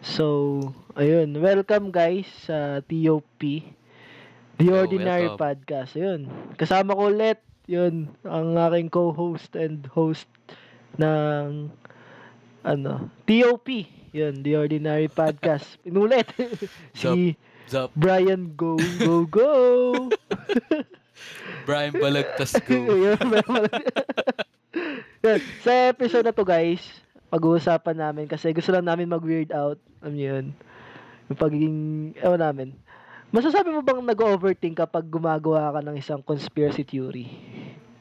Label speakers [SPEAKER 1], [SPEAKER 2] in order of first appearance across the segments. [SPEAKER 1] So, ayun. Welcome guys sa TOP, The
[SPEAKER 2] Oh,
[SPEAKER 1] Ordinary
[SPEAKER 2] welcome.
[SPEAKER 1] Podcast. Ayun. Kasama ko ulit, yun, ang aking co-host and host ng ano, TOP. Yun, The Ordinary Podcast. Inulit. si
[SPEAKER 2] Zap,
[SPEAKER 1] Brian Go Go Go.
[SPEAKER 2] Brian Balagtas go.
[SPEAKER 1] Ayun, meron- Yun, sa episode na to guys, pag-uusapan namin kasi gusto lang namin mag-weird out. Alam niyo yun. Yung pagiging, ewan namin. Masasabi mo bang nag-overthink kapag gumagawa ka ng isang conspiracy theory?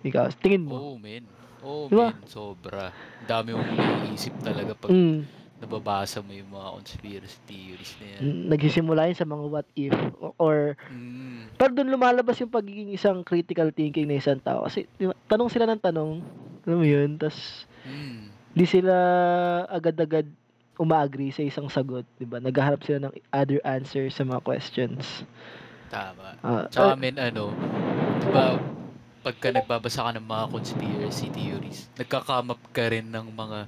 [SPEAKER 1] Ikaw, tingin mo.
[SPEAKER 2] Oh, man. Oh,
[SPEAKER 1] Diba?
[SPEAKER 2] man. Sobra. Ang Dami mong iniisip talaga pag
[SPEAKER 1] Mm,
[SPEAKER 2] nababasa mo yung mga conspiracy theories na yan.
[SPEAKER 1] mm, nagsisimula yun sa mga what if o- or
[SPEAKER 2] Mm.
[SPEAKER 1] Pero doon lumalabas yung pagiging isang critical thinking ng isang tao. Kasi di ba, tanong sila ng tanong, alam mo yun, tas
[SPEAKER 2] Mm.
[SPEAKER 1] di sila agad-agad umaagree sa isang sagot, di ba? Naghaharap sila ng other answer sa mga questions.
[SPEAKER 2] Tama.
[SPEAKER 1] Ah, ah,
[SPEAKER 2] Tsaka, men, ano, di ba, pagka nagbabasa ka ng mga conspiracy theories, nagka-come up ka rin ng mga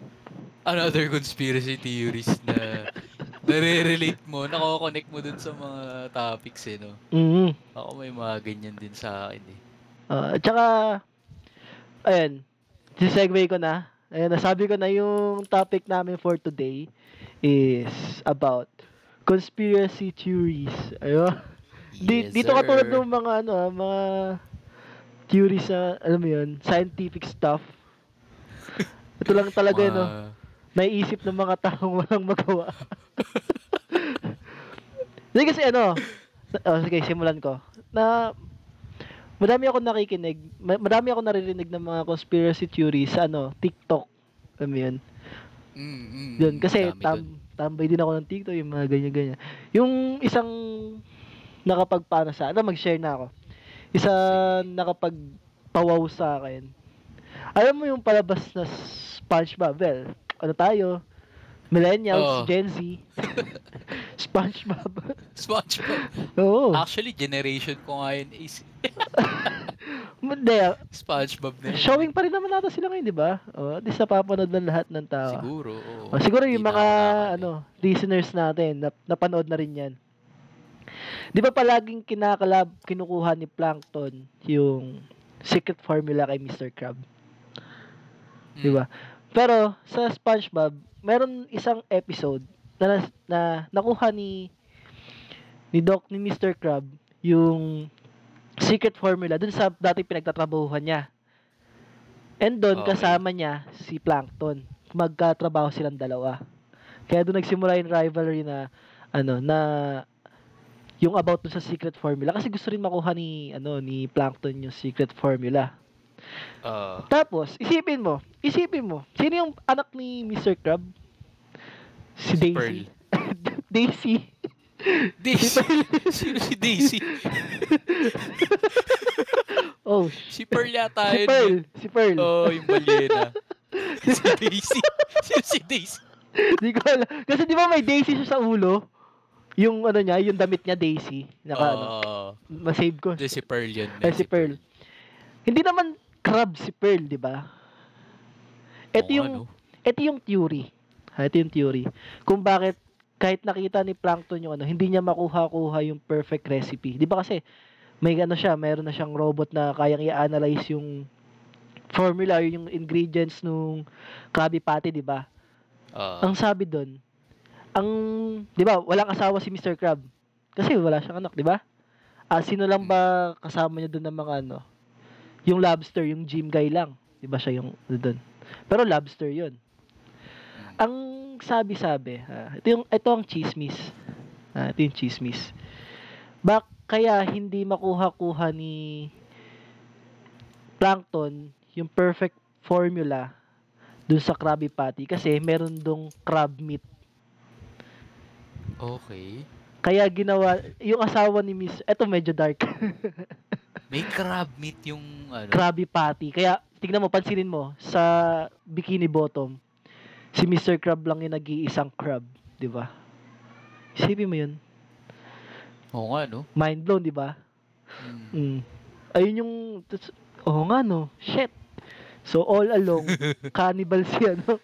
[SPEAKER 2] another conspiracy theories na nare-relate mo, nako-connect mo dun sa mga topics eh, no?
[SPEAKER 1] mhm.
[SPEAKER 2] Ako may mga ganyan din sa akin eh.
[SPEAKER 1] Ah, tsaka, ayan, sisegue ko na. Ayan, nasabi ko na yung topic namin for today is about conspiracy theories. Ayun. Di,
[SPEAKER 2] Yes,
[SPEAKER 1] dito katulad
[SPEAKER 2] sir.
[SPEAKER 1] ng mga ano, ah, mga theory sa alam mo 'yun, scientific stuff. Ito lang talaga eh,
[SPEAKER 2] Mga-
[SPEAKER 1] no, naiisip ng mga taong walang magawa. Hindi kasi ano, na- oh, sige, simulan ko. Na madami ako nakikinig, ma- madami ako naririnig ng mga conspiracy theories sa ano, TikTok. Alam mo 'yun?
[SPEAKER 2] Mm, mm,
[SPEAKER 1] Yun,
[SPEAKER 2] mm,
[SPEAKER 1] kasi
[SPEAKER 2] dami dun.
[SPEAKER 1] tam, tambay din ako ng TikTok, yung mga ganyan-ganyan. Yung isang nakapagpana sa, alam, mag-share na ako. Isa nakapagpawaw sa akin. Alam mo yung palabas na SpongeBob, well, ano tayo? Millennials,
[SPEAKER 2] Oo.
[SPEAKER 1] Gen Z. SpongeBob.
[SPEAKER 2] SpongeBob.
[SPEAKER 1] Oo.
[SPEAKER 2] Actually, generation ko nga yun is
[SPEAKER 1] Hindi, ah,
[SPEAKER 2] SpongeBob na yun.
[SPEAKER 1] showing pa rin naman nata sila ngayon, di ba? Oh, at least napapanood ng lahat ng tao.
[SPEAKER 2] Siguro, oo.
[SPEAKER 1] Oh, siguro
[SPEAKER 2] Hindi
[SPEAKER 1] yung
[SPEAKER 2] na
[SPEAKER 1] mga
[SPEAKER 2] ako nakakaalam.
[SPEAKER 1] ano, listeners natin na, napanood na rin 'yan. 'Di ba palaging kinakalab kinukuha ni Plankton yung secret formula kay Mr. Crab,
[SPEAKER 2] Mm.
[SPEAKER 1] 'di ba? Diba? Pero sa SpongeBob, meron isang episode na, nas- na nakuha ni ni Doc ni Mr. Crab yung secret formula dun sa dati pinagtatrabahuhan niya. And doon
[SPEAKER 2] Okay.
[SPEAKER 1] kasama niya si Plankton. Magkatrabaho silang dalawa. Kaya doon nagsimula yung rivalry na ano na yung about dun sa secret formula kasi gusto rin makuha ni ano ni Plankton yung secret formula.
[SPEAKER 2] Ah,
[SPEAKER 1] Tapos isipin mo, isipin mo, sino yung anak ni Mr. Crab? Si
[SPEAKER 2] Si Pearl.
[SPEAKER 1] Daisy. Daisy.
[SPEAKER 2] Daisy. Sino si Daisy?
[SPEAKER 1] Oh,
[SPEAKER 2] Si Pearl yata
[SPEAKER 1] si
[SPEAKER 2] yun.
[SPEAKER 1] Pearl, si Pearl.
[SPEAKER 2] Oo, oh, yung balyena. si Daisy. Sino si Daisy?
[SPEAKER 1] Di ko alam. Kasi di ba may daisy siya sa ulo? Yung ano niya, yung damit niya daisy. Naka ano,
[SPEAKER 2] Oo.
[SPEAKER 1] masave ko.
[SPEAKER 2] Ah, Hindi, si Pearl yun.
[SPEAKER 1] Eh, si Pearl. Hindi naman crab si Pearl, di ba? Ito
[SPEAKER 2] Oo,
[SPEAKER 1] yung,
[SPEAKER 2] ano?
[SPEAKER 1] ito yung theory. Ha, ito yung theory. Kung bakit kahit nakita ni Plankton yung ano, hindi niya makuha-kuha yung perfect recipe. Di ba kasi may ano siya, mayroon na siyang robot na kayang i-analyze yung formula or yung ingredients nung Krabby Patty, di ba?
[SPEAKER 2] Ah,
[SPEAKER 1] ang sabi doon, ang, di ba, walang asawa si Mr. Crab. Kasi wala siyang anak, di ba? Ah, sino lang ba kasama niya doon ng mga ano? Yung lobster, yung gym guy lang. Di ba siya yung doon? Pero lobster yun. Ang sabi-sabi, ah, ito, yung, ito ang chismis. Ah, ito yung chismis. Bak kaya hindi makuha-kuha ni Plankton yung perfect formula dun sa Krabby Patty kasi meron dong crab meat
[SPEAKER 2] okay.
[SPEAKER 1] Kaya ginawa, yung asawa ni Miss, eto medyo dark,
[SPEAKER 2] May crab meat yung ano.
[SPEAKER 1] Krabby Patty. Kaya, tignan mo, pansinin mo, sa Bikini Bottom, si Mr. Crab lang yung nag-iisang crab, di ba? Isipin mo yun.
[SPEAKER 2] Oo nga, no?
[SPEAKER 1] Mind blown, di ba?
[SPEAKER 2] Mm.
[SPEAKER 1] Mm. Ayun yung, tas- oo nga no, shit. So all along, cannibal si ano,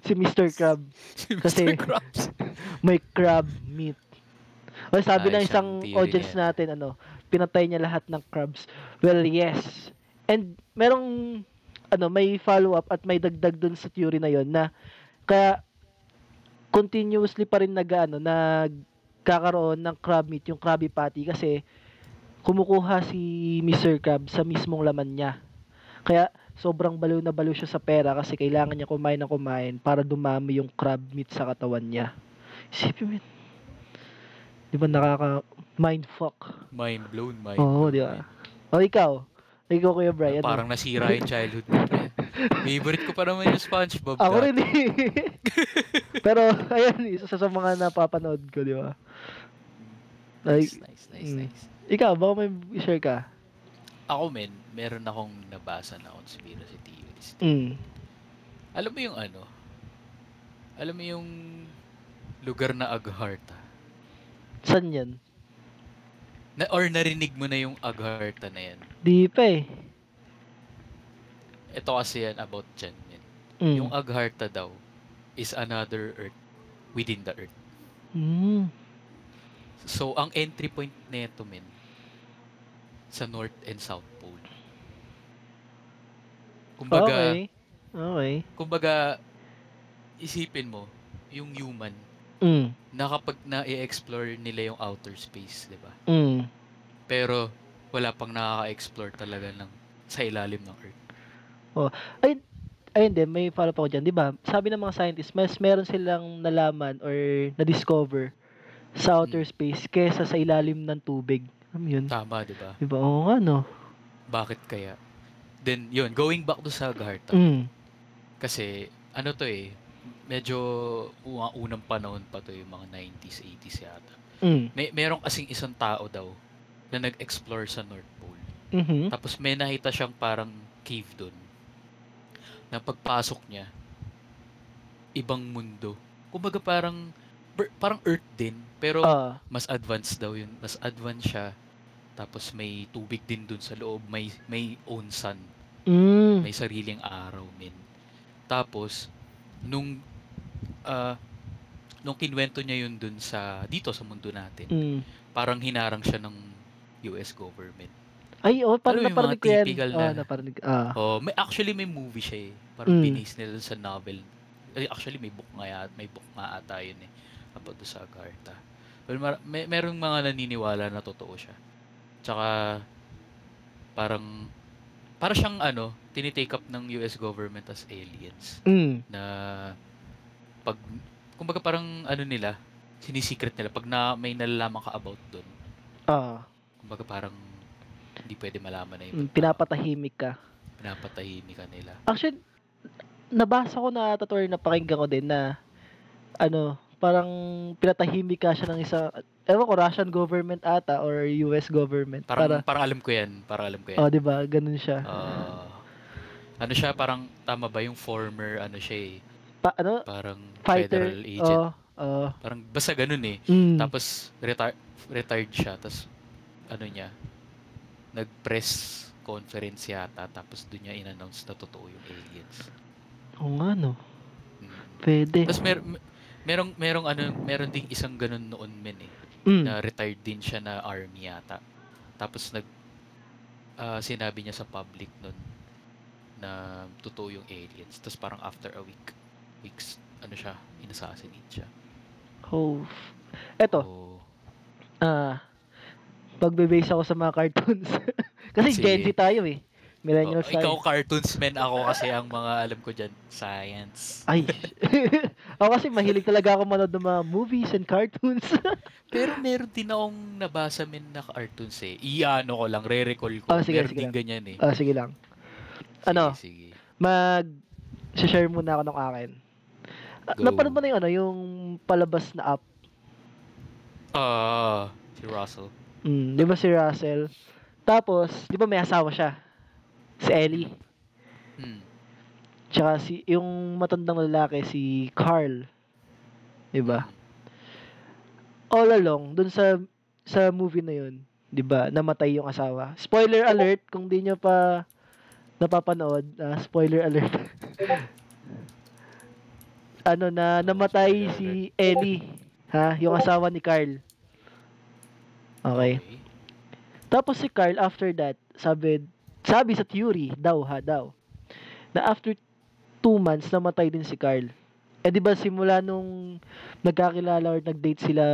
[SPEAKER 1] si Mr. Crab.
[SPEAKER 2] si
[SPEAKER 1] Kasi-
[SPEAKER 2] Mr. Krabs.
[SPEAKER 1] May crab meat. O sabi
[SPEAKER 2] Ah,
[SPEAKER 1] ng isang
[SPEAKER 2] isang theory
[SPEAKER 1] audience
[SPEAKER 2] na yan.
[SPEAKER 1] natin, ano, pinatay niya lahat ng crabs. Well, yes. And merong, ano, may follow-up at may dagdag dun sa theory na yon na kaya continuously pa rin nag, ano, nagkakaroon ng crab meat, yung Krabby Patty kasi kumukuha si Mr. Crab sa mismong laman niya. Kaya sobrang baliw na baliw siya sa pera kasi kailangan niya kumain na kumain para dumami yung crab meat sa katawan niya. Isipin mo yun. Di ba nakaka mindfuck?
[SPEAKER 2] Mind blown, mind
[SPEAKER 1] Oo,
[SPEAKER 2] blown,
[SPEAKER 1] di
[SPEAKER 2] mind
[SPEAKER 1] ba? O ikaw, ikaw Kuya Brian. ano?
[SPEAKER 2] Ah, Parang nasira yung childhood ko. pre. Favorite ko pa naman yung Spongebob.
[SPEAKER 1] Ako
[SPEAKER 2] dati.
[SPEAKER 1] rin eh. Pero ayun, isa sa mga napapanood ko, di ba? Like,
[SPEAKER 2] Nice, nice, nice,
[SPEAKER 1] mm.
[SPEAKER 2] nice.
[SPEAKER 1] ikaw, baka may share ka?
[SPEAKER 2] Ako, men, meron akong nabasa na conspiracy theories.
[SPEAKER 1] Mm.
[SPEAKER 2] Alam mo yung ano? Alam mo yung lugar na Agharta?
[SPEAKER 1] San yan?
[SPEAKER 2] Na, or narinig mo na yung Agharta na yan.
[SPEAKER 1] Di pa eh.
[SPEAKER 2] Ito kasi yan about dyan. Yan.
[SPEAKER 1] Mm.
[SPEAKER 2] Yung Agharta daw is another earth within the earth.
[SPEAKER 1] Mm.
[SPEAKER 2] So, ang entry point nito, men, sa North and South Pole. Kumbaga,
[SPEAKER 1] Okay. Okay.
[SPEAKER 2] kumbaga, isipin mo, yung human,
[SPEAKER 1] Mm.
[SPEAKER 2] na kapag na-explore nila yung outer space, di ba?
[SPEAKER 1] Mm.
[SPEAKER 2] Pero, wala pang nakaka-explore talaga ng sa ilalim ng Earth.
[SPEAKER 1] Ayun din, may follow-up ako dyan. Di ba, sabi ng mga scientists, mas meron silang nalaman or na-discover sa
[SPEAKER 2] Hmm.
[SPEAKER 1] outer space kesa sa ilalim ng tubig. Alam mo yun?
[SPEAKER 2] Tama, di ba?
[SPEAKER 1] Di ba? Oo nga, no?
[SPEAKER 2] Bakit kaya? Then, yun, going back to sa Garta.
[SPEAKER 1] Mm.
[SPEAKER 2] Kasi, ano to eh, medyo u- unang panahon pa to yung mga 90s, 80s yata.
[SPEAKER 1] Mm.
[SPEAKER 2] May, meron kasing isang tao daw na nag-explore sa North Pole.
[SPEAKER 1] Mhm.
[SPEAKER 2] Tapos may nakita siyang parang cave doon. Na pagpasok niya, ibang mundo. Kumbaga parang ber- parang Earth din, pero
[SPEAKER 1] Ah.
[SPEAKER 2] mas advanced daw yun. Mas advanced siya. Tapos may tubig din doon sa loob, may may own sun,
[SPEAKER 1] Mm.
[SPEAKER 2] may sariling araw min. Tapos nung ah, nung kinwento niya yun dun sa dito sa mundo natin,
[SPEAKER 1] Mm.
[SPEAKER 2] parang hinarang siya ng US government.
[SPEAKER 1] Ay, oh,
[SPEAKER 2] Ano
[SPEAKER 1] parang
[SPEAKER 2] yung mga
[SPEAKER 1] naparinig ko yan.
[SPEAKER 2] typical
[SPEAKER 1] Ah,
[SPEAKER 2] na-
[SPEAKER 1] naparinig. Ah.
[SPEAKER 2] Oh, may actually may movie siya eh.
[SPEAKER 1] Mm.
[SPEAKER 2] Parang binase nila sa novel. Ay, Actually may book nga yata, may book nga ata yun eh about doon sa Agartha. Well, mar- may merong mga naniniwala na totoo siya. Tsaka parang para siyang ano, tinitake up ng US government as aliens
[SPEAKER 1] Mm.
[SPEAKER 2] na pag kumbaga parang ano nila, sinisecret nila pag na may nalalaman ka about doon.
[SPEAKER 1] Ah.
[SPEAKER 2] Kumbaga parang hindi pwede malaman na
[SPEAKER 1] Mm,
[SPEAKER 2] yung
[SPEAKER 1] pinapatahimik ka.
[SPEAKER 2] pinapatahimik ka nila.
[SPEAKER 1] Actually, nabasa ko na ata to or napakinggan ko din na ano, parang pinatahimik ka siya ng isa, ewan ko, Russian government ata or US government.
[SPEAKER 2] Parang,
[SPEAKER 1] para,
[SPEAKER 2] parang alam ko yan. Parang alam ko yan.
[SPEAKER 1] oh, di ba? Ganun siya.
[SPEAKER 2] Ah, ano siya, parang tama ba yung former, ano siya eh,
[SPEAKER 1] Pa, ano?
[SPEAKER 2] parang
[SPEAKER 1] Fighter.
[SPEAKER 2] federal agent.
[SPEAKER 1] Oh, oh.
[SPEAKER 2] Parang basta ganun eh.
[SPEAKER 1] Mm,
[SPEAKER 2] Tapos reti- retired siya. Tapos ano niya, nag-press conference yata. Tapos doon niya in-announce na totoo yung aliens.
[SPEAKER 1] oo nga, no?
[SPEAKER 2] Mm.
[SPEAKER 1] Pwede.
[SPEAKER 2] Tapos mer- mer- merong, merong ano, meron ding isang ganun noon men eh.
[SPEAKER 1] Mm,
[SPEAKER 2] na retired din siya na army yata. Tapos nag ah, sinabi niya sa public nun na totoo yung aliens. Tapos parang after a week, weeks, ano siya, inasassinate siya.
[SPEAKER 1] oh. Eto,
[SPEAKER 2] So,
[SPEAKER 1] ah, pagbe-base ako sa mga cartoons. Kasi
[SPEAKER 2] Sige.
[SPEAKER 1] Gen Z tayo eh. Millennials
[SPEAKER 2] oh,
[SPEAKER 1] tayo.
[SPEAKER 2] ikaw cartoons men, ako kasi ang mga alam ko dyan, science.
[SPEAKER 1] Ay. ako kasi mahilig talaga ako manood ng mga movies and cartoons.
[SPEAKER 2] Pero meron din akong nabasa men na cartoons eh. Iano ko lang, re-recall ko.
[SPEAKER 1] Oh, sige,
[SPEAKER 2] meron
[SPEAKER 1] sige
[SPEAKER 2] din
[SPEAKER 1] lang.
[SPEAKER 2] ganyan eh.
[SPEAKER 1] ah, sige lang.
[SPEAKER 2] Sige,
[SPEAKER 1] ano?
[SPEAKER 2] Sige.
[SPEAKER 1] Mag share muna ako ng akin. Ah,
[SPEAKER 2] Go.
[SPEAKER 1] Napanood mo na yung ano, yung palabas na app.
[SPEAKER 2] Ah, si Russell.
[SPEAKER 1] Mm, 'Di ba si Russell? Tapos, 'di ba may asawa siya? Si Ellie.
[SPEAKER 2] Hmm.
[SPEAKER 1] Tsaka si yung matandang lalaki si Carl. 'Di ba? All along dun sa sa movie na 'yun, 'di ba? Namatay yung asawa. Spoiler alert kung di nyo pa napapanood, ah, spoiler alert. ano na namatay
[SPEAKER 3] si
[SPEAKER 1] si Ellie, ha, yung asawa ni Carl. Okay. Tapos si Carl after that, sabi sabi sa theory daw ha daw na after two months namatay din si Carl. Eh di ba simula nung nagkakilala or nag-date sila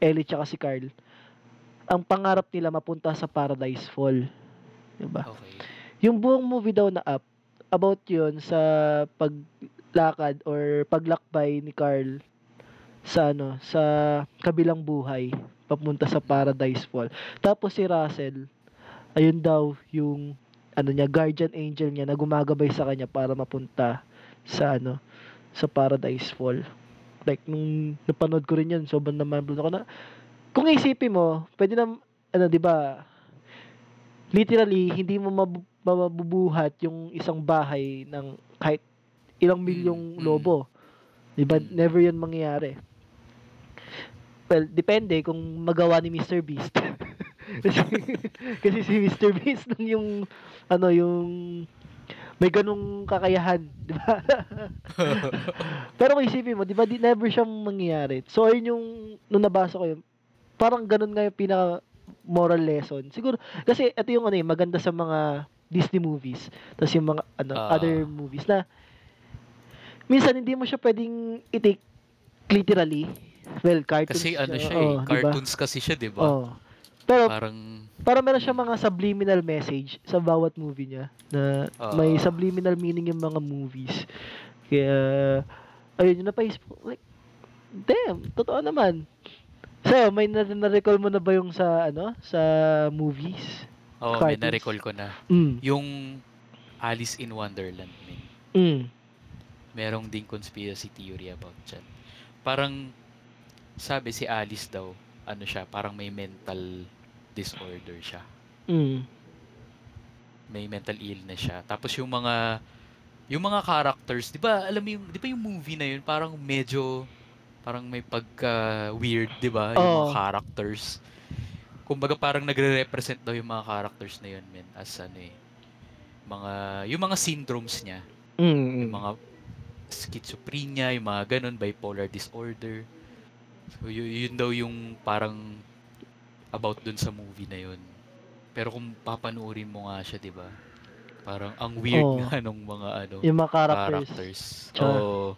[SPEAKER 1] Ellie tsaka si Carl, ang pangarap nila mapunta sa Paradise Fall. Di ba?
[SPEAKER 2] Okay.
[SPEAKER 1] Yung buong movie daw na up, about yun sa paglakad or paglakbay ni Carl sa ano, sa kabilang buhay papunta sa Paradise Fall. Tapos si Russell, ayun daw yung ano niya, guardian angel niya na gumagabay sa kanya para mapunta sa ano, sa Paradise Fall. Like nung napanood ko rin yun, sobrang naman ako na. Kung isipin mo, pwede na ano, 'di ba? Literally, hindi mo mabu- mabubuhat yung isang bahay ng kahit ilang milyong
[SPEAKER 2] mm.
[SPEAKER 1] lobo. 'Di ba?
[SPEAKER 2] Mm.
[SPEAKER 1] Never 'yun mangyayari. Well, depende kung magawa ni Mr. Beast. kasi, kasi si Mr. Beast lang yung ano yung may ganung kakayahan, di ba? Pero kung isipin mo, di ba, di never siya mangyayari. So, ayun yung, nung nabasa ko yun, parang ganun nga yung pinaka moral lesson. Siguro, kasi ito yung ano eh, maganda sa mga Disney movies, tapos yung mga ano,
[SPEAKER 2] Ah.
[SPEAKER 1] other movies na minsan hindi mo siya pwedeng i-take literally. Well, cartoons.
[SPEAKER 2] kasi ano siya eh,
[SPEAKER 1] oo, di ba?
[SPEAKER 2] cartoons kasi siya, di ba?
[SPEAKER 1] Oo. Pero
[SPEAKER 2] Parang,
[SPEAKER 1] para meron siya mga subliminal message sa bawat movie niya na may
[SPEAKER 2] Ah.
[SPEAKER 1] subliminal meaning yung mga movies. Kaya ayun yung napaisip ko like damn, totoo naman. Sa'yo, may na- na-recall mo na ba yung sa ano, sa movies?
[SPEAKER 2] oh, may
[SPEAKER 1] Cartoons.
[SPEAKER 2] na-recall ko na.
[SPEAKER 1] Mm.
[SPEAKER 2] Yung Alice in Wonderland, man.
[SPEAKER 1] Mm.
[SPEAKER 2] merong ding conspiracy theory about dyan. Parang, sabi si Alice daw, ano siya, parang may mental disorder siya.
[SPEAKER 1] Mm.
[SPEAKER 2] May mental illness siya. Tapos yung mga, yung mga characters, di ba, alam mo yung, di ba yung movie na yun, parang medyo, parang may pagka-weird, di ba, yung
[SPEAKER 1] Oo.
[SPEAKER 2] mga characters. Kumbaga parang nagre-represent daw yung mga characters na yun, men, as ano eh, mga, yung mga syndromes niya
[SPEAKER 1] Mm.
[SPEAKER 2] yung mga schizophrenia, yung mga ganun, bipolar disorder. So, y- yun daw yung parang about dun sa movie na yun. Pero kung papanoorin mo nga siya, di ba? Parang ang weird
[SPEAKER 1] Oo.
[SPEAKER 2] nga nung mga ano,
[SPEAKER 1] Oh. Yung mga characters.
[SPEAKER 2] characters.
[SPEAKER 1] Tsaka-
[SPEAKER 2] Oo.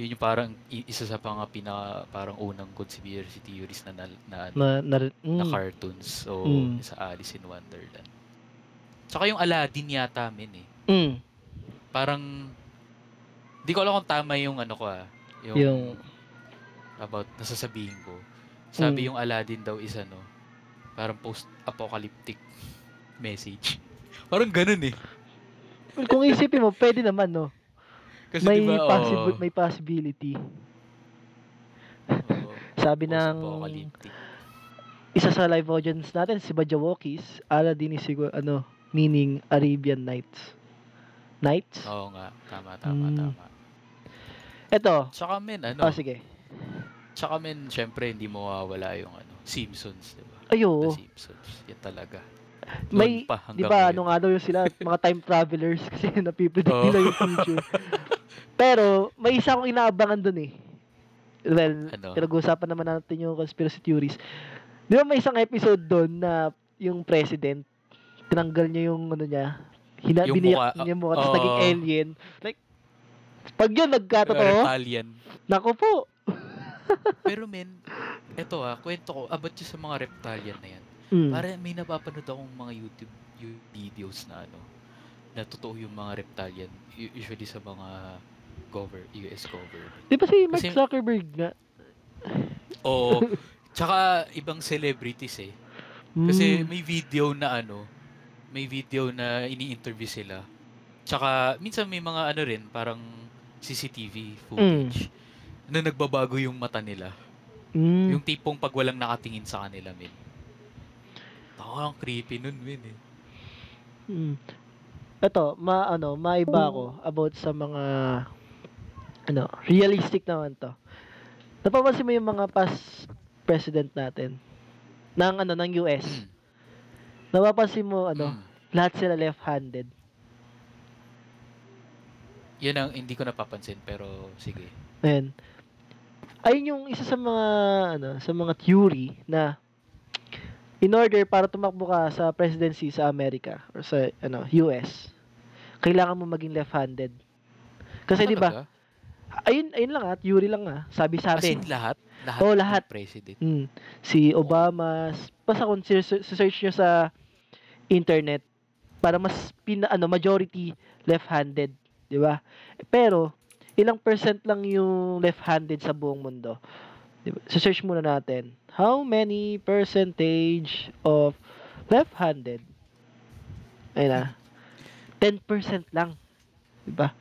[SPEAKER 2] yun yung parang i- isa sa pang pinaka parang unang conspiracy theories na na, na, ano,
[SPEAKER 1] Na, na, mm.
[SPEAKER 2] na cartoons. So,
[SPEAKER 1] Mm.
[SPEAKER 2] sa Alice in Wonderland. Tsaka yung Aladdin yata, min eh
[SPEAKER 1] mm.
[SPEAKER 2] parang di ko alam kung tama yung ano ko ah, yung,
[SPEAKER 1] Yung-
[SPEAKER 2] about nasasabihin ko. Sabi
[SPEAKER 1] Mm.
[SPEAKER 2] yung Aladdin daw is ano, parang post-apocalyptic message. Parang ganun eh.
[SPEAKER 1] Well, Kung isipin mo, pwede naman, no?
[SPEAKER 2] Kasi diba, oh,
[SPEAKER 1] May,
[SPEAKER 2] di ba,
[SPEAKER 1] possible,
[SPEAKER 2] oo,
[SPEAKER 1] may possibility.
[SPEAKER 2] oo,
[SPEAKER 1] Sabi ng
[SPEAKER 2] oh, post-apocalyptic.
[SPEAKER 1] isa sa live audience natin, si Bajawokis, Aladdin is siguro, ano, meaning Arabian Nights. Nights?
[SPEAKER 2] Oo nga, tama, tama,
[SPEAKER 1] Mm.
[SPEAKER 2] tama.
[SPEAKER 1] Eto,
[SPEAKER 2] Tsaka men, ano,
[SPEAKER 1] ah, sige.
[SPEAKER 2] tsaka men, syempre, hindi mawawala yung ano, Simpsons, di ba?
[SPEAKER 1] Ayo,
[SPEAKER 2] The Simpsons, yan talaga.
[SPEAKER 1] Oh. may,
[SPEAKER 2] Noon pa
[SPEAKER 1] di
[SPEAKER 2] hanggang
[SPEAKER 1] ba,
[SPEAKER 2] ngayon.
[SPEAKER 1] ano nga daw yung sila, mga time travelers kasi napipredict
[SPEAKER 2] Oo.
[SPEAKER 1] nila yung future. Pero, may isa akong inaabangan dun eh. Well,
[SPEAKER 2] Ano?
[SPEAKER 1] pinag-uusapan naman natin yung conspiracy theories. Di ba may isang episode doon na yung president, tinanggal niya yung ano niya, hina,
[SPEAKER 2] Yung
[SPEAKER 1] biniyak
[SPEAKER 2] mukha,
[SPEAKER 1] niya mukha, tapos
[SPEAKER 2] oo.
[SPEAKER 1] naging alien. Like, pag yun nagkatotoo,
[SPEAKER 2] Reptilian.
[SPEAKER 1] nako po.
[SPEAKER 2] Pero men, eto ah, kwento ko, about yung sa mga reptilian na yan.
[SPEAKER 1] Mm.
[SPEAKER 2] Para may napapanood akong mga YouTube, YouTube videos na ano, na totoo yung mga reptilian, u- usually sa mga cover, US cover.
[SPEAKER 1] Di ba si Mark
[SPEAKER 2] kasi-
[SPEAKER 1] Zuckerberg nga?
[SPEAKER 2] Oo. tsaka ibang celebrities eh.
[SPEAKER 1] Hmm.
[SPEAKER 2] Kasi may video na ano, may video na ini-interview sila. Tsaka minsan may mga ano rin, parang CCTV footage na nagbabago yung mata nila.
[SPEAKER 1] Mm.
[SPEAKER 2] Yung tipong pag walang nakatingin sa kanila, min. Ako, ang creepy nun, min eh.
[SPEAKER 1] Mm. Ito, ma ano, maiba ako about sa mga ano, realistic naman to. Napapansin mo yung mga past president natin ng ano ng US.
[SPEAKER 2] Mm.
[SPEAKER 1] Napapansin mo ano,
[SPEAKER 2] Mm.
[SPEAKER 1] lahat sila left-handed.
[SPEAKER 2] Yun ang hindi ko napapansin, pero sige.
[SPEAKER 1] Ayan. Ayun yung isa sa mga ano, sa mga theory na in order para tumakbo ka sa presidency sa Amerika or sa ano, US, kailangan mo maging left-handed. Kasi 'di ba?
[SPEAKER 2] Ano Talaga?
[SPEAKER 1] Ayun, ayun lang at theory lang ah,
[SPEAKER 2] As
[SPEAKER 1] sabi-sabi.
[SPEAKER 2] in lahat? Lahat
[SPEAKER 1] Oo,
[SPEAKER 2] ng
[SPEAKER 1] lahat.
[SPEAKER 2] President.
[SPEAKER 1] Mm. Si Obama, s- basta kung si- search nyo sa internet, para mas pina, ano, majority left-handed, di ba? Pero, ilang percent lang yung left-handed sa buong mundo. Di ba? Search muna natin. How many percentage of left-handed? Ayun na. 10% lang. Di ba?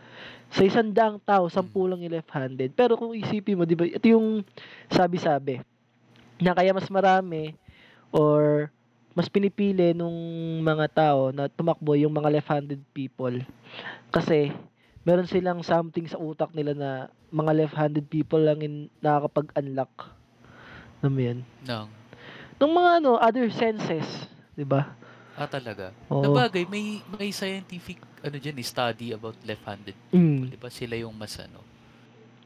[SPEAKER 1] Sa isang daang tao, sampu lang yung left-handed. Pero kung isipin mo, di ba, ito yung sabi-sabi na kaya mas marami or mas pinipili nung mga tao na tumakbo yung mga left-handed people kasi meron silang something sa utak nila na mga left-handed people lang yung nakakapag-unlock Alam mo yun?
[SPEAKER 2] Nang,
[SPEAKER 1] Nung mga ano, other senses, di ba?
[SPEAKER 2] ah talaga.
[SPEAKER 1] Oo.
[SPEAKER 2] Nabagay, may, may scientific ano dyan, eh, study about left-handed.
[SPEAKER 1] Mm,
[SPEAKER 2] Di ba sila yung mas ano?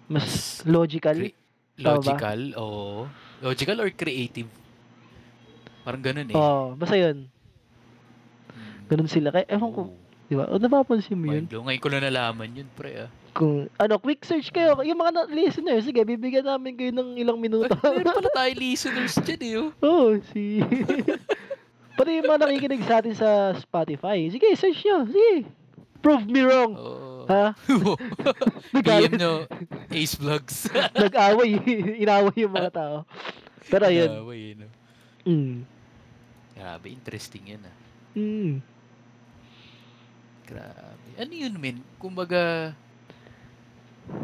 [SPEAKER 1] mas logical.
[SPEAKER 2] Cre-
[SPEAKER 1] Tama ba?
[SPEAKER 2] logical, oo. Logical or creative? Parang ganun eh.
[SPEAKER 1] Oo, basta yun.
[SPEAKER 2] Mm.
[SPEAKER 1] Ganun sila. Kaya, ewan ko,
[SPEAKER 2] Oo.
[SPEAKER 1] di ba? O, napapansin mo yun?
[SPEAKER 2] Mind blow. Ngayon ko na nalaman yun, pre, ah.
[SPEAKER 1] Kung, ano, quick search kayo. Yung mga na- listeners, sige, bibigyan namin kayo ng ilang
[SPEAKER 2] Ay,
[SPEAKER 1] minuto.
[SPEAKER 2] meron pala tayo listeners dyan, eh, oh.
[SPEAKER 1] Oo, si... Pati yung mga nakikinig sa atin sa Spotify. Sige, search nyo. Sige. Prove me wrong.
[SPEAKER 2] Oo.
[SPEAKER 1] Ha?
[SPEAKER 2] PM
[SPEAKER 1] Nag-
[SPEAKER 2] no, Ace Vlogs.
[SPEAKER 1] Nag-away. Inaway yung mga tao. Pero yun.
[SPEAKER 2] Grabe, yun, oh.
[SPEAKER 1] Mm.
[SPEAKER 2] Grabe, interesting yun, ah.
[SPEAKER 1] Mm.
[SPEAKER 2] Grabe. Ano yun, men? Kumbaga,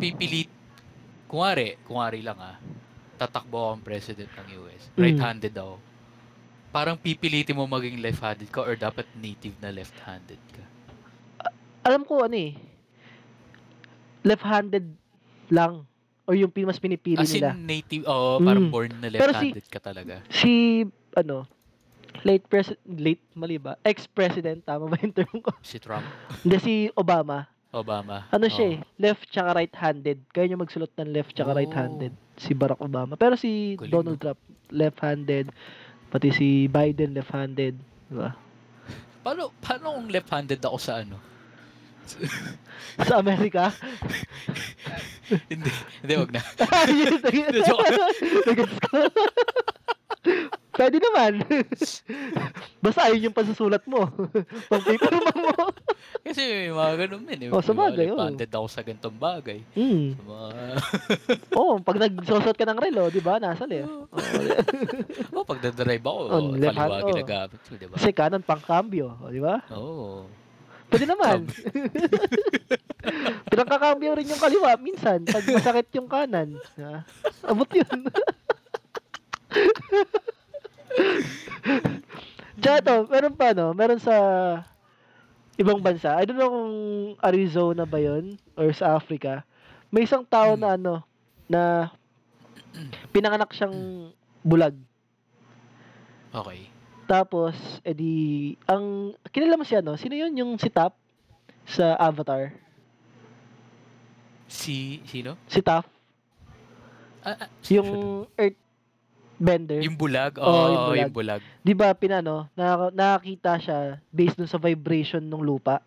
[SPEAKER 2] pipilit. Kuwari, kuwari lang, ah. Tatakbo akong president ng US.
[SPEAKER 1] Mm.
[SPEAKER 2] Right-handed ako. Parang pipilitin mo maging left-handed ka or dapat native na left-handed ka.
[SPEAKER 1] Alam ko ano eh. Left-handed lang. Or yung pin- mas pinipili
[SPEAKER 2] As in,
[SPEAKER 1] nila.
[SPEAKER 2] native, oo, parang
[SPEAKER 1] Mm.
[SPEAKER 2] born na
[SPEAKER 1] Pero si-
[SPEAKER 2] left-handed ka talaga.
[SPEAKER 1] Si, ano, late president, late, mali ba? Ex-president, tama ba yung term ko?
[SPEAKER 2] Si Trump,
[SPEAKER 1] Hindi, si Obama.
[SPEAKER 2] Obama.
[SPEAKER 1] Ano
[SPEAKER 2] oo.
[SPEAKER 1] siya eh, left tsaka right-handed. Kaya niya magsulot ng left tsaka
[SPEAKER 2] Oh.
[SPEAKER 1] right-handed. Si Barack Obama. Pero si
[SPEAKER 2] Galing,
[SPEAKER 1] Donald Trump, left-handed. Pati si Biden, left-handed. Diba?
[SPEAKER 2] Paano, paano kung left-handed ako sa ano?
[SPEAKER 1] Sa Amerika.
[SPEAKER 2] hindi, hindi, wag na.
[SPEAKER 1] Ayun,
[SPEAKER 2] Joke
[SPEAKER 1] nag- Pwede naman. Basta ayun yung pasusulat mo. Pang paper mo.
[SPEAKER 2] Kasi may mga ganun men. Eh.
[SPEAKER 1] Oh, sa
[SPEAKER 2] May mga
[SPEAKER 1] bagay, oh.
[SPEAKER 2] Left-handed ako sa ganitong bagay.
[SPEAKER 1] Mm.
[SPEAKER 2] Sa mga...
[SPEAKER 1] Oo, Oh, pag nagsusot ka ng relo, di ba? eh? Nasa left.
[SPEAKER 2] oh, pag dadrive ako,
[SPEAKER 1] On
[SPEAKER 2] oh,
[SPEAKER 1] left hand,
[SPEAKER 2] kaliwa
[SPEAKER 1] oh.
[SPEAKER 2] ginagamit ko, di ba?
[SPEAKER 1] Kasi kanan pang cambio, o, di ba?
[SPEAKER 2] Oo. Oh.
[SPEAKER 1] Pwede naman. Pinagkakambyo rin yung kaliwa minsan pag masakit yung kanan. Ha? Abot yun. Tsaka ito, meron pa no? Meron sa ibang bansa. I don't know kung Arizona ba yun or sa Africa. May isang tao na ano, na pinanganak siyang bulag.
[SPEAKER 2] Okay.
[SPEAKER 1] Tapos, edi, ang, kilala mo siya, no? Sino yun? Yung si Tap? Sa Avatar?
[SPEAKER 2] Si, sino?
[SPEAKER 1] Si Tap?
[SPEAKER 2] Ah, ah,
[SPEAKER 1] Yung Earthbender?
[SPEAKER 2] yung bulag? Oo,
[SPEAKER 1] Oo,
[SPEAKER 2] oh,
[SPEAKER 1] yung bulag.
[SPEAKER 2] yung bulag.
[SPEAKER 1] Di ba, pinano, na, nakakita siya based dun sa vibration ng lupa?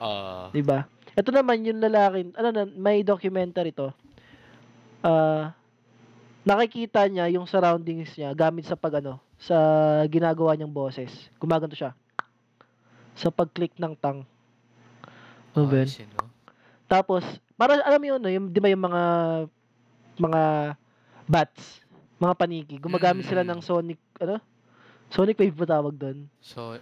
[SPEAKER 2] Ah,
[SPEAKER 1] Di ba? Ito naman yung lalaki, ano na, may documentary to. Ah, nakikita niya yung surroundings niya gamit sa pag ano, sa ginagawa niyang boses. Gumaganto siya. Sa pag-click ng tang. Ano ba yun?
[SPEAKER 2] ayos yun, no?
[SPEAKER 1] Tapos, para alam mo yun, no, yung, di ba yung mga, mga bats, mga paniki, gumagamit sila
[SPEAKER 2] Mm.
[SPEAKER 1] ng sonic, ano? Sonic wave ba tawag doon?
[SPEAKER 2] So,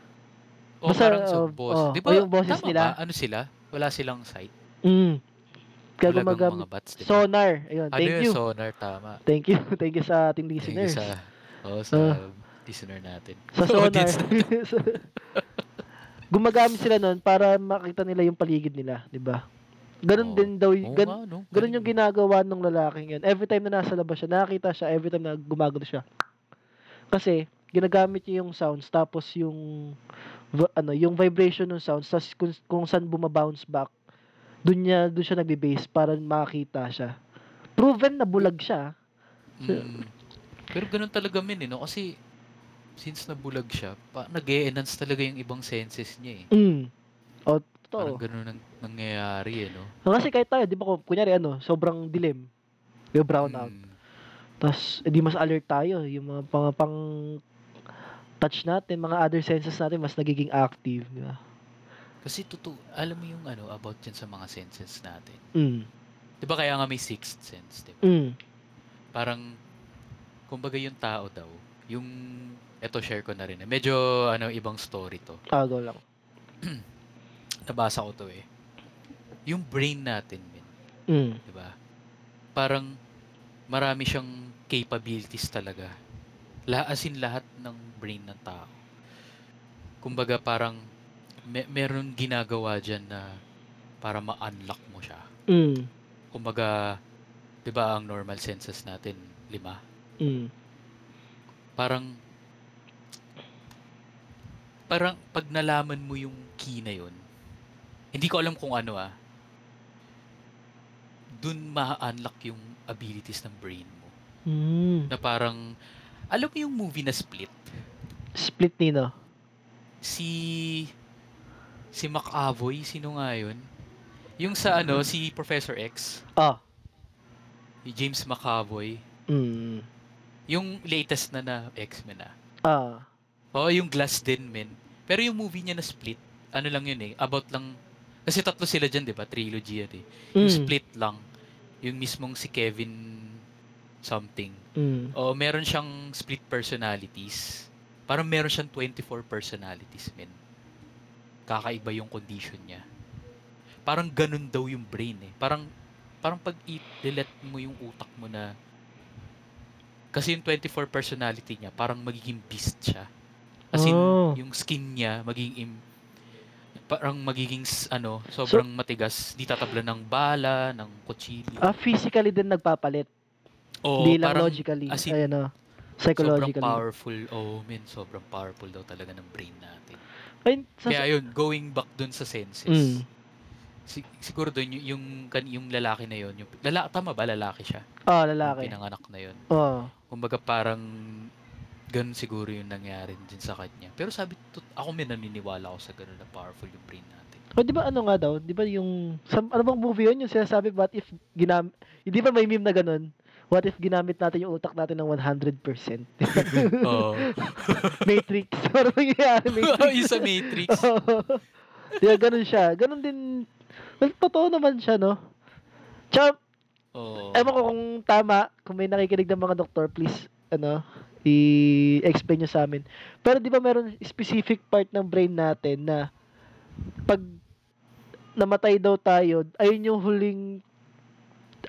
[SPEAKER 2] oh,
[SPEAKER 1] Basta,
[SPEAKER 2] parang sa
[SPEAKER 1] oh,
[SPEAKER 2] boss.
[SPEAKER 1] oh,
[SPEAKER 2] di
[SPEAKER 1] oh,
[SPEAKER 2] ba,
[SPEAKER 1] yung boses
[SPEAKER 2] tama
[SPEAKER 1] nila.
[SPEAKER 2] Ba? Ano sila? Wala silang sight.
[SPEAKER 1] Mm. Kaya
[SPEAKER 2] Wala bang
[SPEAKER 1] gumagamit.
[SPEAKER 2] mga bats, di ba?
[SPEAKER 1] Sonar. Ayun,
[SPEAKER 2] ano
[SPEAKER 1] thank
[SPEAKER 2] yun,
[SPEAKER 1] you.
[SPEAKER 2] sonar, tama.
[SPEAKER 1] Thank you. Thank you sa ating
[SPEAKER 2] Ayun,
[SPEAKER 1] listeners.
[SPEAKER 2] Sa, oh, sa
[SPEAKER 1] Ah.
[SPEAKER 2] listener natin.
[SPEAKER 1] Sa sonar.
[SPEAKER 2] audience
[SPEAKER 1] Sa- gumagamit sila noon para makita nila yung paligid nila, di ba? Ganun
[SPEAKER 2] Oo.
[SPEAKER 1] din daw, y-
[SPEAKER 2] Oh. Oo
[SPEAKER 1] gan-
[SPEAKER 2] nga, no?
[SPEAKER 1] ganun yung
[SPEAKER 2] Galing.
[SPEAKER 1] ginagawa ng lalaking yun. Every time na nasa labas siya, nakakita siya, every time na gumagano siya. Kasi, ginagamit niya yung sounds, tapos yung, v- ano, yung vibration ng sounds, tapos kung, kung saan bumabounce back Doon niya, doon siya nagbe-base para makita siya. Proven na bulag siya.
[SPEAKER 2] Mm. Pero ganun talaga min eh, no? Kasi since nabulag siya, pa, nag-e-enhance talaga yung ibang senses niya eh.
[SPEAKER 1] Mm. O,
[SPEAKER 2] Parang
[SPEAKER 1] totoo.
[SPEAKER 2] ganun ang nangyayari eh, no?
[SPEAKER 1] Kasi kahit tayo, di ba, kung- kunyari ano, sobrang dilim. Yung brown out.
[SPEAKER 2] Mm.
[SPEAKER 1] Tapos, edi eh, mas alert tayo. eh. Yung mga pang, pang touch natin, mga other senses natin, mas nagiging active. Di ba?
[SPEAKER 2] Kasi totoo, alam mo yung ano, about yan sa mga senses natin.
[SPEAKER 1] Mm.
[SPEAKER 2] Di ba kaya nga may sixth sense, di ba?
[SPEAKER 1] Mm.
[SPEAKER 2] Parang, kumbaga yung tao daw, yung, eto share ko na rin eh. Medyo, ano, ibang story to.
[SPEAKER 1] Ah, go lang.
[SPEAKER 2] Nabasa ko to eh. Yung brain natin, min,
[SPEAKER 1] Mm.
[SPEAKER 2] di ba? Diba? Parang, marami siyang capabilities talaga. La, as in, lahat ng brain ng tao. Kumbaga parang, me- meron ginagawa dyan na para ma-unlock mo siya.
[SPEAKER 1] Mm.
[SPEAKER 2] kumbaga, 'di ba ang normal census natin lima?
[SPEAKER 1] Mm.
[SPEAKER 2] Parang parang pag nalaman mo yung key na yun, hindi ko alam kung ano ah. Dun ma-unlock yung abilities ng brain mo.
[SPEAKER 1] Mm.
[SPEAKER 2] Na parang alam mo yung movie na Split?
[SPEAKER 1] Split nino.
[SPEAKER 2] Si si McAvoy, sino nga yun? Yung sa ano, si Professor X,
[SPEAKER 1] Ah.
[SPEAKER 2] yung James McAvoy,
[SPEAKER 1] Mm.
[SPEAKER 2] yung latest na na X-Men ah.
[SPEAKER 1] Ah.
[SPEAKER 2] Oo, yung Glass din, men. Pero yung movie niya na Split, ano lang yun eh, about lang, kasi tatlo sila dyan, di ba? Trilogy yan eh. Yung
[SPEAKER 1] Mm.
[SPEAKER 2] Split lang, yung mismong si Kevin something.
[SPEAKER 1] Mm.
[SPEAKER 2] Oo, Oh, meron siyang split personalities. Parang meron siyang 24 personalities, men. Kakaiba yung condition niya. Parang ganun daw yung brain eh. Parang, parang pag i-delete mo yung utak mo na, kasi yung 24 personality niya, parang magiging beast siya. As in,
[SPEAKER 1] Oh.
[SPEAKER 2] yung skin niya, magiging, im- parang magiging, s- ano, sobrang matigas. Di tatabla ng bala, ng kutsilyo.
[SPEAKER 1] Ah, physically din nagpapalit.
[SPEAKER 2] Oo,
[SPEAKER 1] Hindi lang
[SPEAKER 2] parang-
[SPEAKER 1] logically.
[SPEAKER 2] as in,
[SPEAKER 1] Ayan, ah.
[SPEAKER 2] Sobrang
[SPEAKER 1] Psychologically.
[SPEAKER 2] powerful. Oh, men, sobrang powerful daw talaga ng brain natin.
[SPEAKER 1] Ayun, sa,
[SPEAKER 2] Kaya yun, going back dun sa senses.
[SPEAKER 1] Mm.
[SPEAKER 2] si- siguro dun y- yung, kan- yung lalaki na yun. Yung, lala, tama ba? Lalaki siya.
[SPEAKER 1] ah,
[SPEAKER 2] Yung
[SPEAKER 1] lalaki.
[SPEAKER 2] pinanganak na yun.
[SPEAKER 1] Oh.
[SPEAKER 2] Kumbaga parang ganun siguro yung nangyari din sa kanya. Pero sabi, to, ako may naniniwala ako sa ganun na powerful yung brain natin.
[SPEAKER 1] O, di ba ano nga daw? Di ba yung... Sa, ano bang movie yun? Yung sinasabi, what if ginam... Di ba may meme na ganun? What if ginamit natin yung utak natin ng 100%?
[SPEAKER 2] Oo.
[SPEAKER 1] Matrix. Parang mangyayari Matrix.
[SPEAKER 2] yung sa Matrix.
[SPEAKER 1] Oo. yeah, ganun siya. Ganun din... Well, totoo naman siya, no? Tsaka,
[SPEAKER 2] Oo.
[SPEAKER 1] ewan ko kung tama, kung may nakikinig ng mga doktor, please, ano, i-explain nyo sa amin. Pero di ba meron specific part ng brain natin na pag namatay daw tayo, ayun yung huling,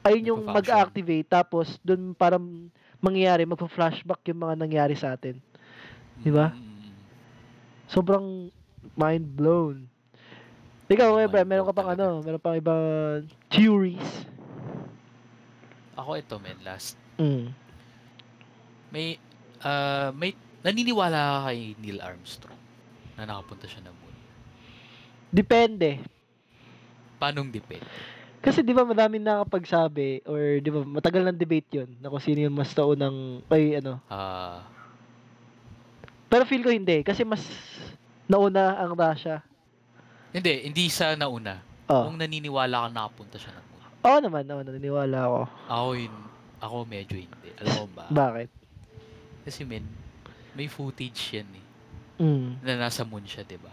[SPEAKER 1] ayun yung
[SPEAKER 2] Nagpa-function.
[SPEAKER 1] mag-activate, tapos dun parang mangyayari, magpa-flashback yung mga nangyari sa atin. di ba?
[SPEAKER 2] Mm,
[SPEAKER 1] Sobrang mind blown. Ikaw,
[SPEAKER 2] Mind
[SPEAKER 1] eh, Brian, meron ka
[SPEAKER 2] blown
[SPEAKER 1] pang
[SPEAKER 2] talaga.
[SPEAKER 1] ano, meron pang ibang theories.
[SPEAKER 2] Ako ito, men, last.
[SPEAKER 1] Mm.
[SPEAKER 2] May, ah, may, naniniwala ka kay Neil Armstrong na nakapunta siya ng moon.
[SPEAKER 1] Depende.
[SPEAKER 2] Paanong depende?
[SPEAKER 1] Kasi di ba madami nakakapagsabi or di ba matagal ng debate yun na kung sino yung mas taunang ay ano.
[SPEAKER 2] Ah,
[SPEAKER 1] Pero feel ko hindi kasi mas nauna ang Russia.
[SPEAKER 2] hindi, hindi sa nauna.
[SPEAKER 1] Oh.
[SPEAKER 2] Kung naniniwala ka nakapunta siya ng moon.
[SPEAKER 1] Oo naman, oo, naniniwala ako.
[SPEAKER 2] Ako yun, ako medyo hindi. Alam mo ba?
[SPEAKER 1] Bakit?
[SPEAKER 2] Kasi men, may footage yan eh.
[SPEAKER 1] Mm.
[SPEAKER 2] Na nasa moon siya, di ba?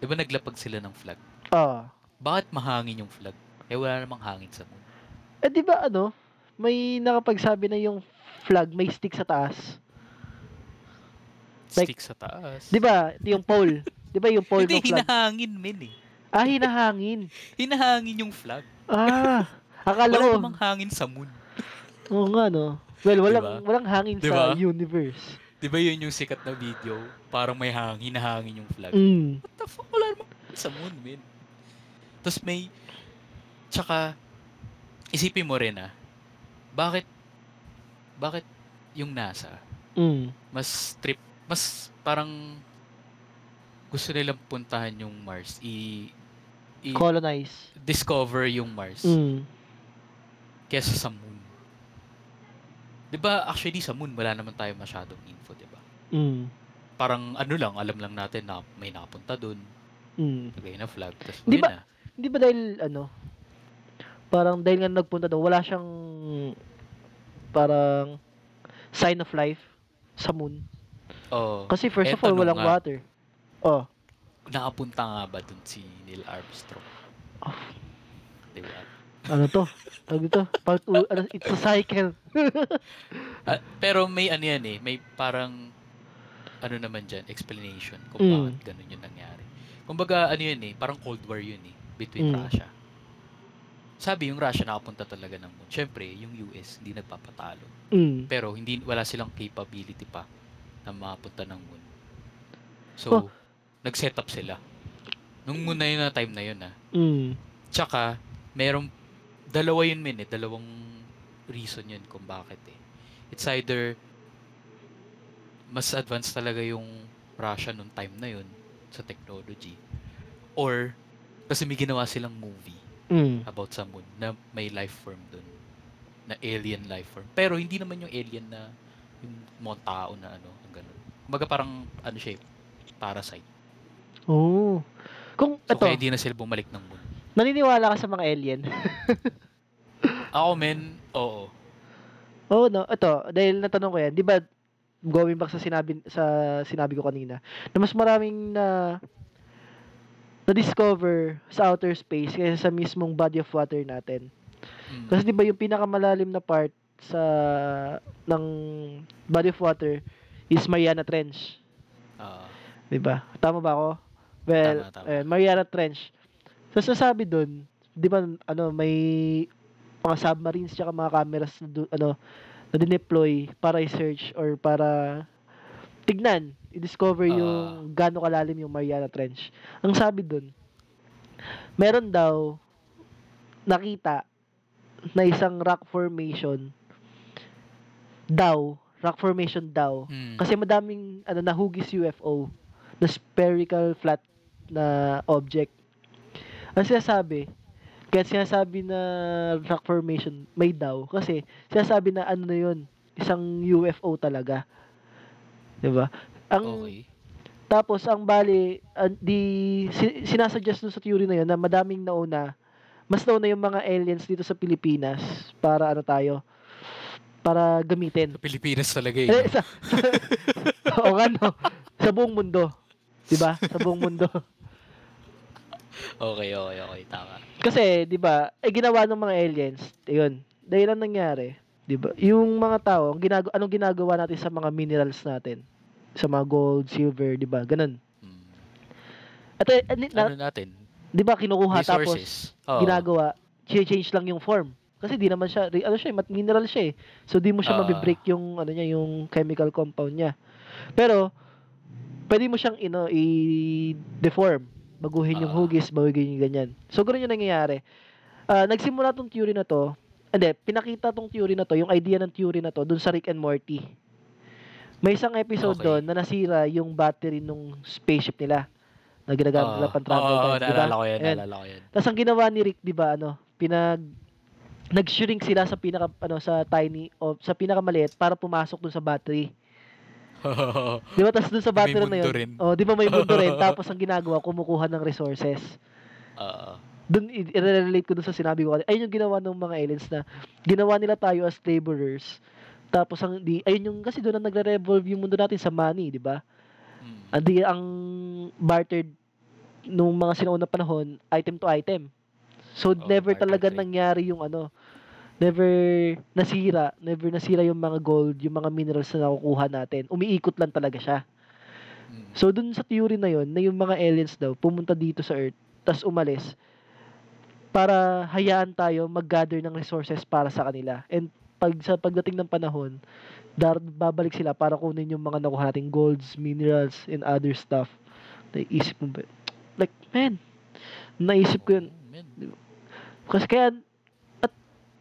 [SPEAKER 2] Di ba naglapag sila ng flag?
[SPEAKER 1] Oo.
[SPEAKER 2] Bakit mahangin yung flag? Eh wala namang hangin sa moon.
[SPEAKER 1] Eh di ba ano, may nakapagsabi na yung flag may stick sa taas. Like-
[SPEAKER 2] Stick sa taas.
[SPEAKER 1] Di ba? Yung pole. Di ba yung pole ng
[SPEAKER 2] Hindi,
[SPEAKER 1] flag?
[SPEAKER 2] hinahangin men eh.
[SPEAKER 1] Ah, hinahangin.
[SPEAKER 2] Hinahangin yung flag.
[SPEAKER 1] Ah, akala
[SPEAKER 2] Wala
[SPEAKER 1] ko.
[SPEAKER 2] namang hangin sa moon.
[SPEAKER 1] Oo nga, no. Well, walang,
[SPEAKER 2] Diba?
[SPEAKER 1] walang hangin sa
[SPEAKER 2] Diba?
[SPEAKER 1] universe.
[SPEAKER 2] Di ba yun yung sikat na video? Parang may hangin, hinahangin yung flag.
[SPEAKER 1] Mm.
[SPEAKER 2] What the fuck? Wala namang sa moon, man. Tapos may... Tsaka, isipin mo rin ah, bakit, bakit yung NASA,
[SPEAKER 1] Mm.
[SPEAKER 2] mas trip, mas parang gusto nilang puntahan yung Mars, i i-
[SPEAKER 1] Colonize.
[SPEAKER 2] discover yung Mars
[SPEAKER 1] Mm.
[SPEAKER 2] kesa sa Moon. 'Di ba actually sa Moon wala naman tayo masyadong info, 'di ba?
[SPEAKER 1] Mm.
[SPEAKER 2] Parang ano lang, alam lang natin na may napunta doon,
[SPEAKER 1] Mm.
[SPEAKER 2] lagay na flag, tapos
[SPEAKER 1] Di
[SPEAKER 2] yun
[SPEAKER 1] ba-
[SPEAKER 2] na.
[SPEAKER 1] Hindi ba dahil ano? Parang dahil nga nagpunta daw, wala siyang parang sign of life sa moon.
[SPEAKER 2] Oh,
[SPEAKER 1] Kasi first of all,
[SPEAKER 2] Eto nung
[SPEAKER 1] walang
[SPEAKER 2] nga.
[SPEAKER 1] water. Oh,
[SPEAKER 2] nakapunta nga ba doon si Neil Armstrong?
[SPEAKER 1] Oh.
[SPEAKER 2] 'Di ba?
[SPEAKER 1] ano to? Tawag dito? Part u- ano, it's a cycle.
[SPEAKER 2] Ah, pero may ano yan eh, may parang ano naman dyan, explanation kung
[SPEAKER 1] Mm.
[SPEAKER 2] bakit ganun yung nangyari. Kumbaga ano yun eh, parang Cold War yun eh, between
[SPEAKER 1] Mm.
[SPEAKER 2] Russia. Sabi yung Russia nakapunta talaga ng moon. Siyempre, yung US hindi nagpapatalo.
[SPEAKER 1] Mm.
[SPEAKER 2] Pero hindi wala silang capability pa na mapunta ng moon.
[SPEAKER 1] Oh.
[SPEAKER 2] So, nag-set up sila. Nung moon na yun na time na yun ah.
[SPEAKER 1] Mm.
[SPEAKER 2] Tsaka, merong, dalawa yun min eh, dalawang reason yun kung bakit eh. It's either, mas advanced talaga yung Russia nung time na yun sa technology. Or, kasi may ginawa silang movie
[SPEAKER 1] Mm.
[SPEAKER 2] about sa moon na may life form dun. Na alien life form. Pero hindi naman yung alien na yung mga tao na ano, yung ganun. Kumbaga parang, ano siya, eh, parasite.
[SPEAKER 1] Oo. Oh. Kung
[SPEAKER 2] So,
[SPEAKER 1] eto,
[SPEAKER 2] kaya hindi na sila bumalik ng moon.
[SPEAKER 1] naniniwala ka sa mga alien.
[SPEAKER 2] Ako, men, oo.
[SPEAKER 1] Oo, no. Ito, dahil natanong ko yan, 'di ba going back sa sinabi sa sinabi ko kanina, na mas maraming na na discover sa outer space kaysa sa mismong body of water natin.
[SPEAKER 2] Mm.
[SPEAKER 1] Kasi 'di ba yung pinakamalalim na part sa ng body of water is Mariana Trench.
[SPEAKER 2] Ah.
[SPEAKER 1] 'di ba? Tama ba ako? Well,
[SPEAKER 2] Tama, tama.
[SPEAKER 1] eh, Mariana Trench. So sasabi doon, 'di ba ano, may mga submarines tsaka mga cameras na dun- ano na dineploy para i-search or para tignan, i-discover
[SPEAKER 2] Ah.
[SPEAKER 1] yung gaano kalalim yung Mariana Trench. Ang sabi doon, meron daw nakita na isang rock formation daw, rock formation daw
[SPEAKER 2] Mm.
[SPEAKER 1] kasi madaming ano nahugis UFO na spherical flat na object. Ang sinasabi, kaya sinasabi na rock formation may daw kasi sinasabi na ano na yun, isang UFO talaga. 'Di ba? Ang
[SPEAKER 2] okay.
[SPEAKER 1] tapos ang bali uh, di si- sinasuggest dun sa theory na yun na madaming nauna mas nauna yung mga aliens dito sa Pilipinas para ano tayo para gamitin.
[SPEAKER 2] Sa Pilipinas talaga
[SPEAKER 1] Eh,
[SPEAKER 2] yun.
[SPEAKER 1] sa, oo nga, no. Sa buong mundo. Di ba? Sa buong mundo.
[SPEAKER 2] Okay, okay, okay. Tama.
[SPEAKER 1] Kasi, di ba, eh, ginawa ng mga aliens. Yun. Dahil ang nangyari, di ba, yung mga tao, ang ginago, anong ginagawa natin sa mga minerals natin? Sa mga gold, silver, di ba? Ganun.
[SPEAKER 2] Mm.
[SPEAKER 1] At, eh, eh, ni- na-
[SPEAKER 2] Ano natin?
[SPEAKER 1] di ba, kinukuha tapos,
[SPEAKER 2] Resources. Oo.
[SPEAKER 1] ginagawa, change lang yung form. Kasi di naman siya, re- ano siya, eh, mat- mineral siya eh. So, di mo siya
[SPEAKER 2] Ah.
[SPEAKER 1] mabibreak yung, ano niya, yung chemical compound niya. Pero, pwede mo siyang, ino, i-deform. Baguhin yung
[SPEAKER 2] Ah.
[SPEAKER 1] hugis, baguhin yung ganyan. So, ganun yung nangyayari. Ah, nagsimula tong theory na to, hindi, pinakita tong theory na to, yung idea ng theory na to, dun sa Rick and Morty. May isang episode
[SPEAKER 2] Okay.
[SPEAKER 1] doon na nasira yung battery nung spaceship nila na ginagamit nila
[SPEAKER 2] Oo.
[SPEAKER 1] pang travel
[SPEAKER 2] Oo,
[SPEAKER 1] time, di ba?
[SPEAKER 2] naalala ko yan,
[SPEAKER 1] Ayan.
[SPEAKER 2] naalala ko yan.
[SPEAKER 1] Tapos ang ginawa ni Rick, 'di ba, ano, pinag nag-shrink sila sa pinaka ano sa tiny o sa pinakamaliit para pumasok dun sa battery. 'Di ba? Tapos dun sa
[SPEAKER 2] May
[SPEAKER 1] battery na
[SPEAKER 2] mundo
[SPEAKER 1] 'yon.
[SPEAKER 2] rin.
[SPEAKER 1] Oh, 'di ba may mundo rin tapos ang ginagawa kumukuha ng resources.
[SPEAKER 2] Oo.
[SPEAKER 1] Dun i- i-relate ko dun sa sinabi ko kanina. Ayun yung ginawa ng mga aliens na ginawa nila tayo as laborers. Tapos ang di ayun yung kasi doon ang nagre-revolve yung mundo natin sa money, 'di ba?
[SPEAKER 2] Mm.
[SPEAKER 1] Ang Ah, di ang bartered nung mga sinaunang panahon, item to item. So
[SPEAKER 2] Oo,
[SPEAKER 1] never
[SPEAKER 2] barter
[SPEAKER 1] talaga
[SPEAKER 2] trade.
[SPEAKER 1] nangyari yung ano, never nasira, never nasira yung mga gold, yung mga minerals na nakukuha natin. Umiikot lang talaga siya.
[SPEAKER 2] Mm.
[SPEAKER 1] So dun sa theory na yon na yung mga aliens daw pumunta dito sa Earth, tas umalis para hayaan tayo mag-gather ng resources para sa kanila. And pag sa pagdating ng panahon, dar babalik sila para kunin yung mga nakuha nating golds, minerals, and other stuff. Naisip mo ba? Like, man, naisip ko yun.
[SPEAKER 2] Oh, man.
[SPEAKER 1] Kasi kaya, at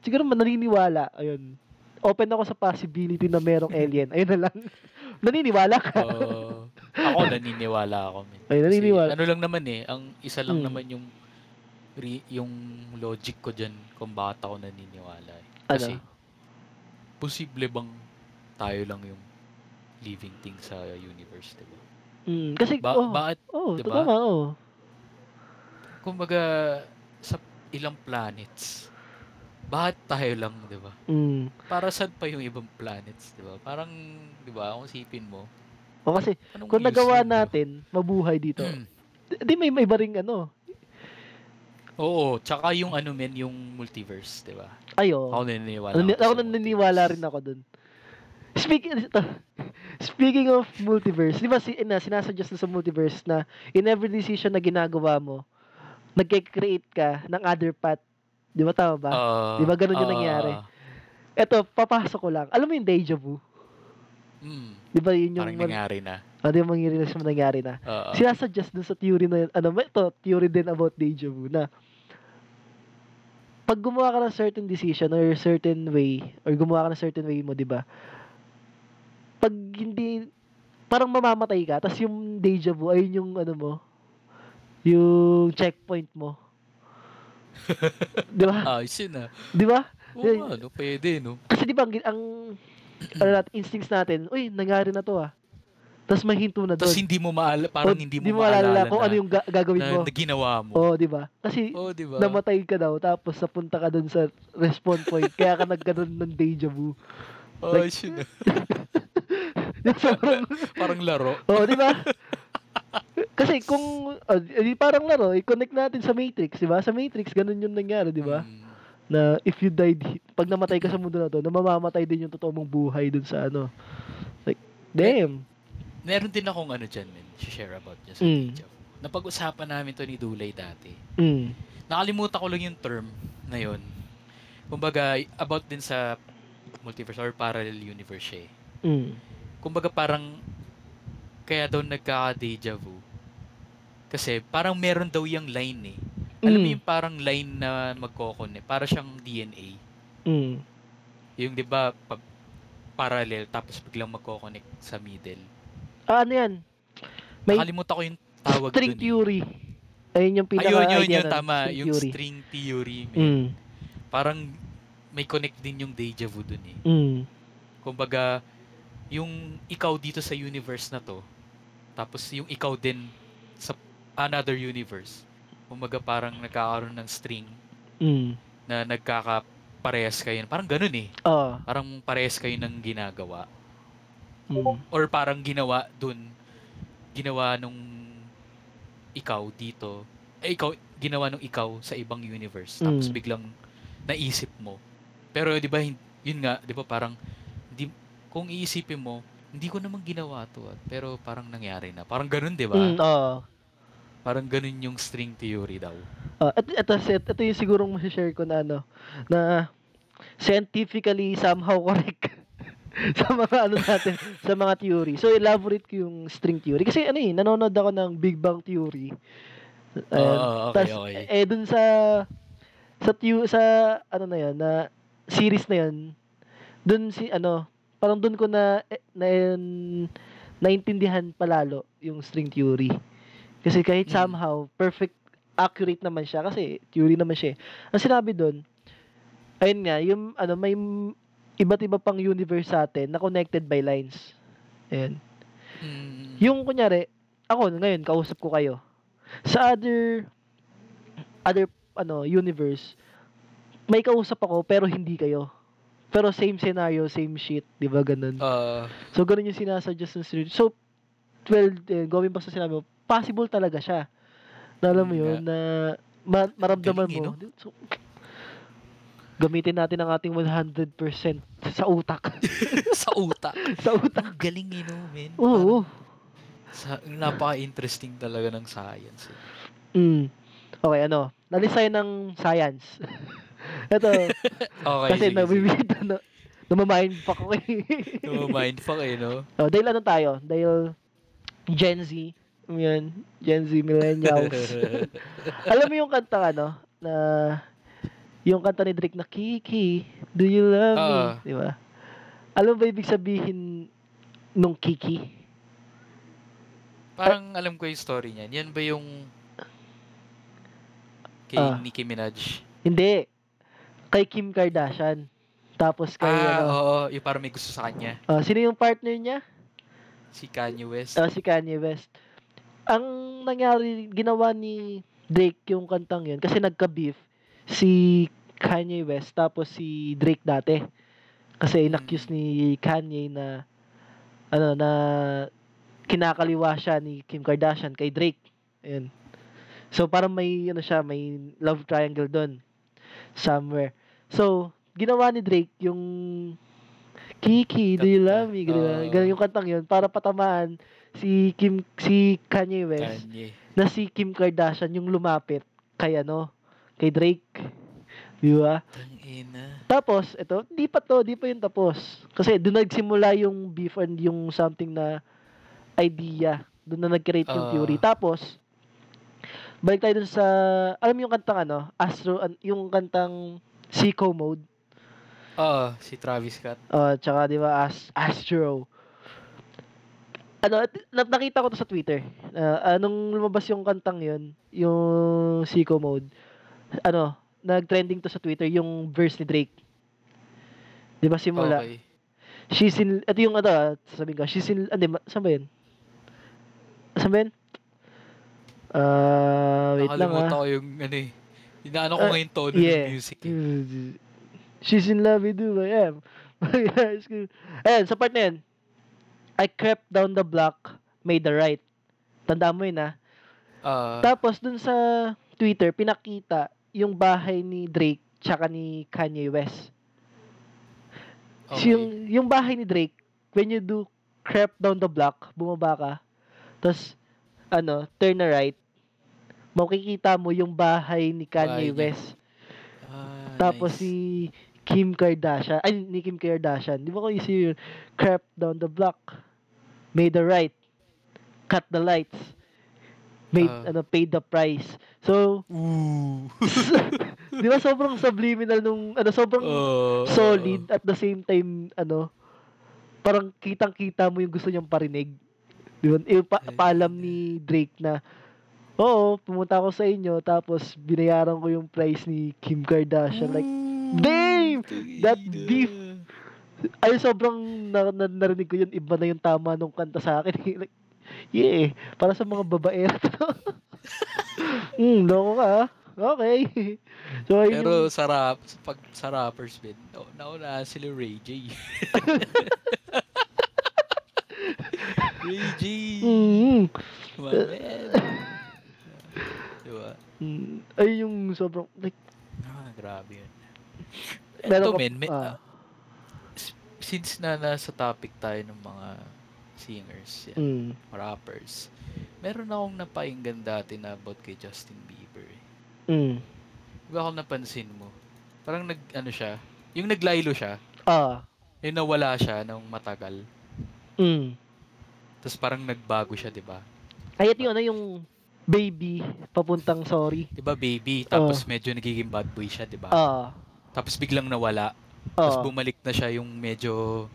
[SPEAKER 1] siguro man- naniniwala, ayun, open ako sa possibility na merong
[SPEAKER 2] Mm-hmm.
[SPEAKER 1] alien. Ayun na lang. naniniwala ka.
[SPEAKER 2] Oo. ako, naniniwala ako. Man.
[SPEAKER 1] Ay, naniniwala.
[SPEAKER 2] Kasi ano lang naman eh, ang isa lang
[SPEAKER 1] Mm.
[SPEAKER 2] naman yung re- yung logic ko dyan kung bakit ako naniniwala. eh.
[SPEAKER 1] Ano?
[SPEAKER 2] Kasi, posible bang tayo lang yung living thing sa universe, diba?
[SPEAKER 1] Mm, kasi,
[SPEAKER 2] Ba-
[SPEAKER 1] oh,
[SPEAKER 2] Bakit,
[SPEAKER 1] oh,
[SPEAKER 2] diba?
[SPEAKER 1] tama, oh.
[SPEAKER 2] kumbaga, sa ilang planets, bakit tayo lang, diba?
[SPEAKER 1] Mm.
[SPEAKER 2] Para saan pa yung ibang planets, diba? Parang, diba, kung sipin mo,
[SPEAKER 1] O kasi,
[SPEAKER 2] anong
[SPEAKER 1] kung
[SPEAKER 2] use
[SPEAKER 1] nagawa
[SPEAKER 2] nun, diba?
[SPEAKER 1] natin, mabuhay dito.
[SPEAKER 2] Mm.
[SPEAKER 1] di- Di may may iba ring ano.
[SPEAKER 2] Oo, tsaka yung ano men, yung multiverse, diba?
[SPEAKER 1] Ayo.
[SPEAKER 2] Ako naniniwala.
[SPEAKER 1] Ano,
[SPEAKER 2] sa
[SPEAKER 1] ako naniniwala
[SPEAKER 2] multiverse.
[SPEAKER 1] rin ako dun. Speaking Speaking of multiverse, di ba si, na, sinasuggest na sa multiverse na in every decision na ginagawa mo, nagke-create ka ng other path. Di ba tama ba?
[SPEAKER 2] Ah,
[SPEAKER 1] Di ba ganun yung nangyari? Eto, papasok ko lang. Alam mo yung deja vu?
[SPEAKER 2] ah, mm,
[SPEAKER 1] Di ba yun yung...
[SPEAKER 2] parang nangyari na.
[SPEAKER 1] Ah, di ba mangyari na nangyari na?
[SPEAKER 2] Ah, ah.
[SPEAKER 1] sinasuggest dun sa theory na yun, ano, may to, theory din about deja vu na pag gumawa ka ng certain decision or certain way, or gumawa ka ng certain way mo, di ba? Pag hindi, parang mamamatay ka, tapos yung deja vu, ayun yung ano mo, yung checkpoint mo. di ba?
[SPEAKER 2] Ah, isin na.
[SPEAKER 1] Di ba?
[SPEAKER 2] Oo,
[SPEAKER 1] Eh,
[SPEAKER 2] ano, pwede, no?
[SPEAKER 1] Kasi di ba, ang, ang ano natin, instincts natin, uy, nangyari na to ah. Tapos mahinto na
[SPEAKER 2] Tapos
[SPEAKER 1] doon.
[SPEAKER 2] hindi mo maala, parang
[SPEAKER 1] O,
[SPEAKER 2] hindi mo,
[SPEAKER 1] di
[SPEAKER 2] maalala
[SPEAKER 1] Oh, maalala kung
[SPEAKER 2] na,
[SPEAKER 1] ano yung ga- gagawin
[SPEAKER 2] na,
[SPEAKER 1] mo. Oh,
[SPEAKER 2] na ginawa mo.
[SPEAKER 1] Oo, di ba? Kasi
[SPEAKER 2] Oo, di ba?
[SPEAKER 1] namatay ka daw, tapos napunta ka dun sa respawn point, kaya ka nagkaroon ng deja vu.
[SPEAKER 2] oh,
[SPEAKER 1] like-
[SPEAKER 2] isin na.
[SPEAKER 1] Yung sobrang,
[SPEAKER 2] Parang laro.
[SPEAKER 1] oo, di ba? Kasi kung, ah, di parang laro, i-connect natin sa Matrix, di ba? Sa Matrix, ganun yung nangyari, di ba?
[SPEAKER 2] Mm,
[SPEAKER 1] Na if you died, he- pag namatay ka sa mundo na to, na mamamatay din yung totoo mong buhay dun sa ano. Like, damn.
[SPEAKER 2] meron din akong ano dyan, men, share about dyan sa
[SPEAKER 1] Mm.
[SPEAKER 2] Deja Vu. Napag-usapan namin to ni Dulay dati.
[SPEAKER 1] Mm.
[SPEAKER 2] Nakalimutan ko lang yung term na yun. Kumbaga, about din sa multiverse or parallel universe siya eh.
[SPEAKER 1] Mm.
[SPEAKER 2] kumbaga parang kaya daw nagka-deja vu. Kasi parang meron daw yung line eh. Alam mo
[SPEAKER 1] Mm.
[SPEAKER 2] yung parang line na magkoconnect, para siyang DNA.
[SPEAKER 1] Mm.
[SPEAKER 2] Yung 'di ba pag parallel tapos biglang magkoconnect sa middle.
[SPEAKER 1] Ah, ano yan? May
[SPEAKER 2] Nakalimutan ko yung tawag
[SPEAKER 1] string
[SPEAKER 2] dun. eh.
[SPEAKER 1] theory. Ayun yung pinaka
[SPEAKER 2] Ayun, yun,
[SPEAKER 1] idea
[SPEAKER 2] yun,
[SPEAKER 1] nun,
[SPEAKER 2] tama.
[SPEAKER 1] string
[SPEAKER 2] yung
[SPEAKER 1] theory.
[SPEAKER 2] string theory. man.
[SPEAKER 1] Mm.
[SPEAKER 2] Parang may connect din yung deja vu dun eh.
[SPEAKER 1] Mm.
[SPEAKER 2] Kumbaga, yung ikaw dito sa universe na to, tapos yung ikaw din sa another universe, kumbaga parang nagkakaroon ng string
[SPEAKER 1] Mm.
[SPEAKER 2] na nagkakaparehas kayo. Parang ganun eh.
[SPEAKER 1] Oo.
[SPEAKER 2] Parang parehas kayo ng ginagawa.
[SPEAKER 1] Mm.
[SPEAKER 2] Or parang ginawa dun, ginawa nung ikaw dito, eh, ikaw, ginawa nung ikaw sa ibang universe. Tapos
[SPEAKER 1] Mm.
[SPEAKER 2] biglang naisip mo. Pero di ba, hin- yun nga, di ba parang, di, kung iisipin mo, hindi ko naman ginawa to, ah, pero parang nangyari na. Parang ganun, di ba?
[SPEAKER 1] Mm, oo.
[SPEAKER 2] Parang ganun yung string theory daw.
[SPEAKER 1] Ah, at ito, ito, ito yung sigurong masishare ko na ano, na scientifically somehow correct sa mga ano natin, sa mga theory. So, elaborate ko yung string theory. Kasi ano eh, nanonood ako ng Big Bang Theory.
[SPEAKER 2] Oo,
[SPEAKER 1] Ayan.
[SPEAKER 2] okay,
[SPEAKER 1] Tas,
[SPEAKER 2] okay.
[SPEAKER 1] eh, dun sa, sa, theo- sa, ano na yun, na series na yun, dun si, ano, parang dun ko na, eh, na, naintindihan palalo yung string theory. Kasi kahit
[SPEAKER 2] Mm.
[SPEAKER 1] somehow, perfect, accurate naman siya kasi theory naman siya. eh. Ang sinabi dun, ayun nga, yung, ano, may m- iba't iba pang universe sa atin na connected by lines. Ayan.
[SPEAKER 2] Mm,
[SPEAKER 1] Yung kunyari, ako ngayon kausap ko kayo. Sa other other ano universe, may kausap ako pero hindi kayo. Pero same scenario, same shit, 'di ba ganun?
[SPEAKER 2] ah,
[SPEAKER 1] So ganun yung sinasuggest ng series. So 12 eh, going back sa sinabi mo, possible talaga siya. Na alam mo
[SPEAKER 2] Mm,
[SPEAKER 1] 'yun na ma- maramdaman
[SPEAKER 2] Galing, eh,
[SPEAKER 1] mo. So, gamitin natin ang ating 100% sa utak.
[SPEAKER 2] sa utak.
[SPEAKER 1] sa utak.
[SPEAKER 2] Ang galing eh, no, men? Parang
[SPEAKER 1] Oo.
[SPEAKER 2] Sa, napaka-interesting talaga ng science. eh.
[SPEAKER 1] Mm. Okay, ano? Nalisayan ng science. Ito,
[SPEAKER 2] Okay,
[SPEAKER 1] kasi
[SPEAKER 2] sige, sige.
[SPEAKER 1] nabibita na, namamind pa ko eh.
[SPEAKER 2] No, mindfuck eh, no?
[SPEAKER 1] oh, dahil ano tayo? Dahil Gen Z, yun, Gen Z millennials. Alam mo yung kanta ano? Na yung kanta ni Drake na Kiki, do you love
[SPEAKER 2] Ah.
[SPEAKER 1] me? Di ba? Alam mo ba ibig sabihin nung Kiki?
[SPEAKER 2] Parang alam ko yung story niyan. Yan ba yung Kay
[SPEAKER 1] Ah.
[SPEAKER 2] Nicki Minaj.
[SPEAKER 1] Hindi. Kay Kim Kardashian. Tapos kay,
[SPEAKER 2] ah, oh.
[SPEAKER 1] ano,
[SPEAKER 2] oo. Yung parang may gusto sa kanya.
[SPEAKER 1] ah, sino yung partner niya?
[SPEAKER 2] Si Kanye West.
[SPEAKER 1] Ah, si Kanye West. Ang nangyari, ginawa ni Drake yung kantang yun kasi nagka-beef si Kanye West tapos si Drake dati.
[SPEAKER 2] Hmm.
[SPEAKER 1] Kasi inaccuse ni Kanye na ano na kinakaliwa siya ni Kim Kardashian kay Drake. Ayun. So parang may ano siya, may love triangle doon somewhere. So ginawa ni Drake yung Kiki, do you love me? Ganun,
[SPEAKER 2] Oo.
[SPEAKER 1] ganun yung kantang yun para patamaan si Kim si Kanye West
[SPEAKER 2] Kanye.
[SPEAKER 1] na si Kim Kardashian yung lumapit kay ano, kay Drake. Di ba?
[SPEAKER 2] Tangina.
[SPEAKER 1] Tapos, ito, di pa to, di pa yun tapos. Kasi doon nagsimula yung beef and yung something na idea. Doon na nag-create yung
[SPEAKER 2] Ah.
[SPEAKER 1] theory. Tapos, balik tayo dun sa, alam mo yung kantang ano, Astro, an- yung kantang Seco Mode,
[SPEAKER 2] Oo, si Travis Scott.
[SPEAKER 1] uh, tsaka di ba, As- Astro. Ano, at- na- nakita ko to sa Twitter. Ah, anong lumabas yung kantang yun, yung Seco Mode, ano, nag-trending to sa Twitter, yung verse ni Drake. Di ba simula?
[SPEAKER 2] Okay.
[SPEAKER 1] She's in, ito yung ano, ah, sasabihin ko, she's in, ano, ma- saan ba yun? Saan ba yun? Ah, wait lang
[SPEAKER 2] Nakalimutan
[SPEAKER 1] ah.
[SPEAKER 2] ko yung ano eh. Inaano ko
[SPEAKER 1] Ah,
[SPEAKER 2] ngayon tono
[SPEAKER 1] yeah.
[SPEAKER 2] ng music. eh.
[SPEAKER 1] She's in love with you, I am. Ayan, sa part na yun, I crept down the block, made the right. Tandaan mo yun ah.
[SPEAKER 2] Ah,
[SPEAKER 1] Tapos dun sa Twitter, pinakita yung bahay ni Drake tsaka ni Kanye West. So,
[SPEAKER 2] okay.
[SPEAKER 1] yung, yung bahay ni Drake, when you do crap down the block, bumaba ka, tapos, ano, turn na right, makikita mo yung bahay ni
[SPEAKER 2] Bahay
[SPEAKER 1] Kanye
[SPEAKER 2] niya.
[SPEAKER 1] West.
[SPEAKER 2] Ah,
[SPEAKER 1] Tapos
[SPEAKER 2] nice.
[SPEAKER 1] si Kim Kardashian, ay, ni Kim Kardashian. Di ba ko isi yun? Crap down the block. Made the right. Cut the lights. Made,
[SPEAKER 2] Ah.
[SPEAKER 1] ano, paid the price. So,
[SPEAKER 2] Ooh.
[SPEAKER 1] di ba sobrang subliminal nung, ano, sobrang
[SPEAKER 2] Oo,
[SPEAKER 1] solid at the same time ano parang kitang-kita mo yung gusto niyang parinig. Di ba? Eh, pa-
[SPEAKER 2] Ay,
[SPEAKER 1] paalam
[SPEAKER 2] ganda.
[SPEAKER 1] ni Drake na Oo, pumunta ako sa inyo tapos binayaran ko yung price ni Kim Kardashian. Like, damn! That beef. ay sobrang na- na- narinig ko yun. Iba na yung tama nung kanta sa akin. like, yeah, eh. para sa mga babae to. mm, loko ka. ah. Okay. so, ayun
[SPEAKER 2] Pero
[SPEAKER 1] yung-
[SPEAKER 2] sa rap, sa pag sa rappers bin, no, nauna sila Ray J. Ray J.
[SPEAKER 1] Mm.
[SPEAKER 2] my man. Diba?
[SPEAKER 1] Mm, ay yung sobrang like
[SPEAKER 2] Ah, grabe yun.
[SPEAKER 1] Meron
[SPEAKER 2] Eto,
[SPEAKER 1] ka-
[SPEAKER 2] men, may-
[SPEAKER 1] ah.
[SPEAKER 2] s- since na nasa topic tayo ng mga singers, yan,
[SPEAKER 1] mm,
[SPEAKER 2] rappers, meron akong napainggan dati na about kay Justin Bieber. eh.
[SPEAKER 1] mm,
[SPEAKER 2] Huwag ako napansin mo. Parang nag, ano siya, yung naglaylo siya,
[SPEAKER 1] ah
[SPEAKER 2] yung Eh, nawala siya nung matagal.
[SPEAKER 1] mm.
[SPEAKER 2] Tapos parang nagbago siya, di ba?
[SPEAKER 1] Ay, ito yung ano yung baby papuntang sorry.
[SPEAKER 2] Di ba, baby?
[SPEAKER 1] Oh.
[SPEAKER 2] Tapos medyo nagiging bad boy siya, di ba?
[SPEAKER 1] Ah.
[SPEAKER 2] Tapos biglang nawala. Tapos
[SPEAKER 1] Ah.
[SPEAKER 2] bumalik na siya yung medyo,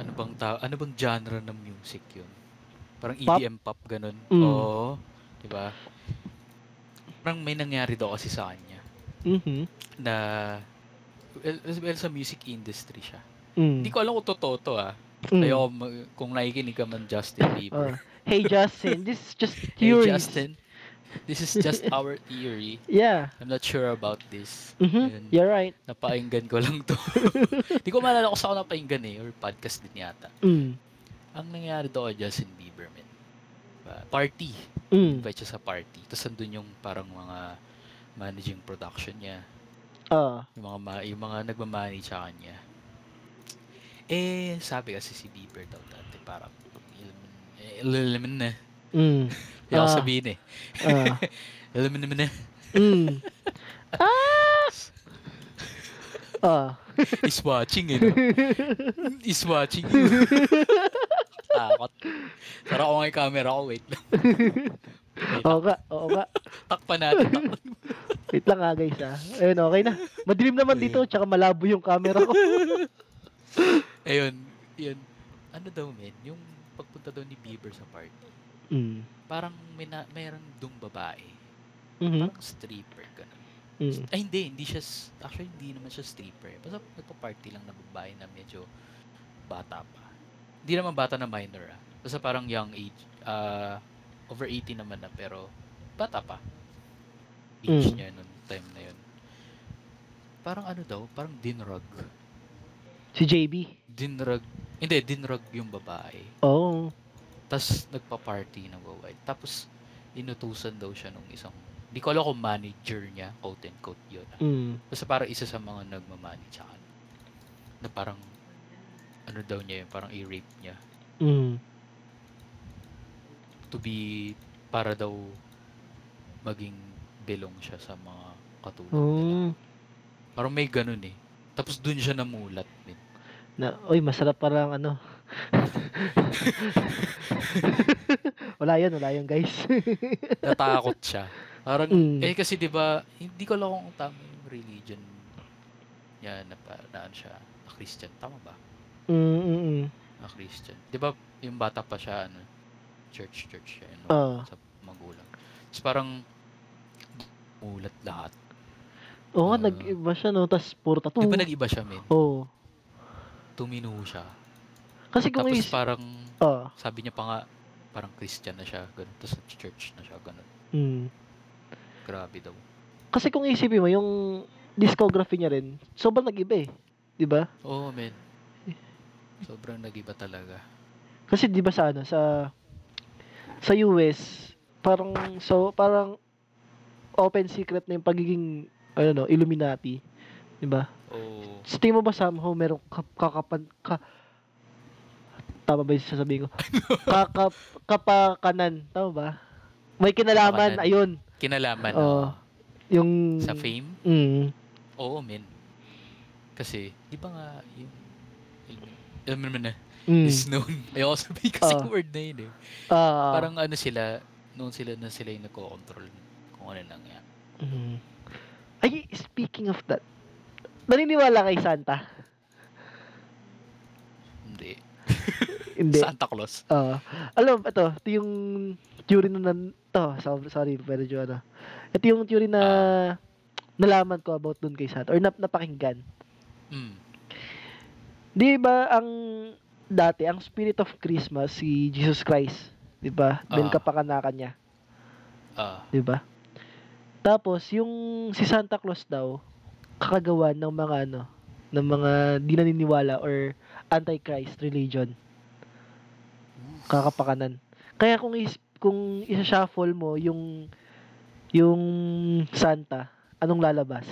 [SPEAKER 2] ano bang ta ano bang genre ng music yun? Parang
[SPEAKER 1] Pop?
[SPEAKER 2] EDM pop, ganun.
[SPEAKER 1] Mm.
[SPEAKER 2] Oo. Di ba? Parang may nangyari daw kasi sa kanya
[SPEAKER 1] Mhm.
[SPEAKER 2] na well, well, sa music industry siya.
[SPEAKER 1] Mm.
[SPEAKER 2] Hindi ko alam kung totoo to ah.
[SPEAKER 1] mm,
[SPEAKER 2] Ayoko mag- kung nakikinig ka man Justin Bieber.
[SPEAKER 1] ah. Hey Justin, this is just
[SPEAKER 2] Hey
[SPEAKER 1] theory.
[SPEAKER 2] Justin, this is just our theory.
[SPEAKER 1] Yeah.
[SPEAKER 2] I'm not sure about this.
[SPEAKER 1] Mhm.
[SPEAKER 2] Ayun,
[SPEAKER 1] You're right.
[SPEAKER 2] Napainggan ko lang to. Hindi ko maalala kung saan ko napainggan eh, or podcast din yata.
[SPEAKER 1] Mm.
[SPEAKER 2] Ang nangyari doon kay Justin Bieber, man. Diba? Party.
[SPEAKER 1] Mm.
[SPEAKER 2] Invite siya sa party. Tapos andun yung parang mga managing production niya.
[SPEAKER 1] Ah.
[SPEAKER 2] Yung mga, ma- yung mga nagmamanage sa kanya. Eh, sabi kasi si Bieber daw dati, parang, eh, ilalaman na.
[SPEAKER 1] Mm.
[SPEAKER 2] Kaya ako
[SPEAKER 1] Ah.
[SPEAKER 2] sabihin eh,
[SPEAKER 1] Ah.
[SPEAKER 2] ilalaman naman eh. na.
[SPEAKER 1] Mm. Ah.
[SPEAKER 2] Is watching eh. no? Is watching you. Takot. Tara ko nga yung camera ko, wait lang. Wait
[SPEAKER 1] Oo nga,
[SPEAKER 2] lang.
[SPEAKER 1] oo nga.
[SPEAKER 2] Takpan natin. takpan.
[SPEAKER 1] Wait lang ah guys ah. Ayun, okay na. Madilim naman dito, tsaka malabo yung camera ko.
[SPEAKER 2] Ayun, yun. Ano daw men, yung pagpunta daw ni Bieber sa party,
[SPEAKER 1] Mm.
[SPEAKER 2] parang may na, mayroong dung babae
[SPEAKER 1] Mhm.
[SPEAKER 2] Parang stripper, ganun.
[SPEAKER 1] Mm.
[SPEAKER 2] Ay, hindi. Hindi siya, s- actually, hindi naman siya stripper. eh. Basta nagpa-party lang na babae na medyo bata pa. Hindi naman bata na minor, ah. Basta parang young age. ah over 80 naman na, pero bata pa. Age
[SPEAKER 1] Mm.
[SPEAKER 2] niya nung time na yun. Parang ano daw, parang dinrug.
[SPEAKER 1] Si JB.
[SPEAKER 2] Dinrug. Hindi, dinrug yung babae.
[SPEAKER 1] Oo.
[SPEAKER 2] Tapos nagpa-party ng babae. Tapos inutusan daw siya nung isang, hindi ko alam kung manager niya, quote and quote yun. ah.
[SPEAKER 1] Mm.
[SPEAKER 2] Basta parang isa sa mga nagmamanage sa akin. Na parang, ano daw niya yun, parang i-rape niya.
[SPEAKER 1] Mm.
[SPEAKER 2] To be, para daw maging belong siya sa mga katulad nila.
[SPEAKER 1] Oo.
[SPEAKER 2] Parang may ganun eh. Tapos dun siya namulat. Min.
[SPEAKER 1] Na, oy, masarap parang ano. wala yun, wala yun, guys.
[SPEAKER 2] Natakot siya. Parang,
[SPEAKER 1] Mm.
[SPEAKER 2] eh kasi di ba hindi ko alam kung tama yung religion niya na, pa, na ano siya, na Christian. Tama ba?
[SPEAKER 1] mm, mm, mm.
[SPEAKER 2] Na Christian. Di ba yung bata pa siya, ano, church, church siya. Ano,
[SPEAKER 1] Oo.
[SPEAKER 2] sa magulang. Tapos parang mulat lahat.
[SPEAKER 1] Oo nga,
[SPEAKER 2] Ah.
[SPEAKER 1] nag-iba siya, no? Tapos puro tattoo.
[SPEAKER 2] Di ba nag-iba siya, men?
[SPEAKER 1] Oo.
[SPEAKER 2] Tumino siya.
[SPEAKER 1] Kasi kung
[SPEAKER 2] Tapos
[SPEAKER 1] is... Ah,
[SPEAKER 2] parang,
[SPEAKER 1] Oo.
[SPEAKER 2] sabi niya pa nga, parang Christian na siya, ganun. Tapos church na siya, ganun.
[SPEAKER 1] Mm.
[SPEAKER 2] Grabe daw.
[SPEAKER 1] Kasi kung isipin mo, yung discography niya rin, sobrang nag-iba eh. Di ba?
[SPEAKER 2] Oo, men. Sobrang nag-iba talaga.
[SPEAKER 1] Kasi di ba sa ano, sa sa US, parang so parang open secret na yung pagiging ano no, Illuminati, di ba?
[SPEAKER 2] Oo.
[SPEAKER 1] So, tingin mo ba somehow merong kap- kakapan ka tama ba yung sasabihin ko? Kakap, kapakanan, tama ba? May kinalaman,
[SPEAKER 2] Kapakanan.
[SPEAKER 1] ayun,
[SPEAKER 2] Kinalaman
[SPEAKER 1] Oo. yung...
[SPEAKER 2] no? sa fame.
[SPEAKER 1] Mm,
[SPEAKER 2] Oo, men. Kasi, di ba nga, yung, alam mo naman na,
[SPEAKER 1] mm,
[SPEAKER 2] is known. Ayoko sabihin kasi
[SPEAKER 1] Oo.
[SPEAKER 2] yung word na yun eh.
[SPEAKER 1] ah,
[SPEAKER 2] Parang ano sila, noon sila na sila yung nagko-control kung ano nangyari.
[SPEAKER 1] mm. Ay, speaking of that, naniniwala kay Santa?
[SPEAKER 2] Hindi.
[SPEAKER 1] Hindi.
[SPEAKER 2] Santa Claus.
[SPEAKER 1] Oo. alam, ito, ito yung theory na, nan- to, so- sorry, pero jo, ano. Ito yung theory na nalaman ko about dun kay Santa, or nap napakinggan.
[SPEAKER 2] Mm.
[SPEAKER 1] Di ba ang, dati, ang spirit of Christmas, si Jesus Christ, di ba? Dahil
[SPEAKER 2] Ah.
[SPEAKER 1] kapakanakan niya,
[SPEAKER 2] Ah,
[SPEAKER 1] di ba? Tapos, yung si Santa Claus daw, kakagawa ng mga ano, ng mga di naniniwala or anti-Christ religion. kakapakanan. Kaya kung is kung isa-shuffle mo yung yung Santa, anong lalabas?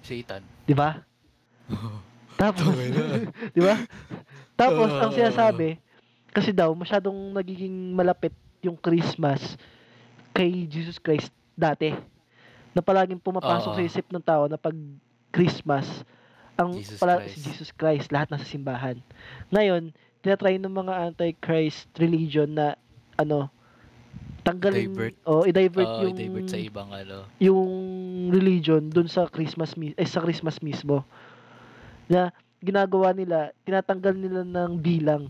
[SPEAKER 2] Satan.
[SPEAKER 1] 'Di ba? Tapos,
[SPEAKER 2] Tangina.
[SPEAKER 1] 'di ba? Tapos
[SPEAKER 2] Oo.
[SPEAKER 1] ang sinasabi kasi daw masyadong nagiging malapit yung Christmas kay Jesus Christ dati. Na palaging pumapasok
[SPEAKER 2] Oo.
[SPEAKER 1] sa isip ng tao na pag Christmas ang
[SPEAKER 2] Jesus
[SPEAKER 1] pala
[SPEAKER 2] Christ.
[SPEAKER 1] si Jesus Christ lahat nasa simbahan. Ngayon, tinatry ng mga anti-Christ religion na ano tanggalin
[SPEAKER 2] Divert.
[SPEAKER 1] o i-divert
[SPEAKER 2] Oo,
[SPEAKER 1] yung
[SPEAKER 2] i-divert Ah, sa ibang ano.
[SPEAKER 1] yung religion dun sa Christmas mi- eh, sa Christmas mismo na ginagawa nila tinatanggal nila ng bilang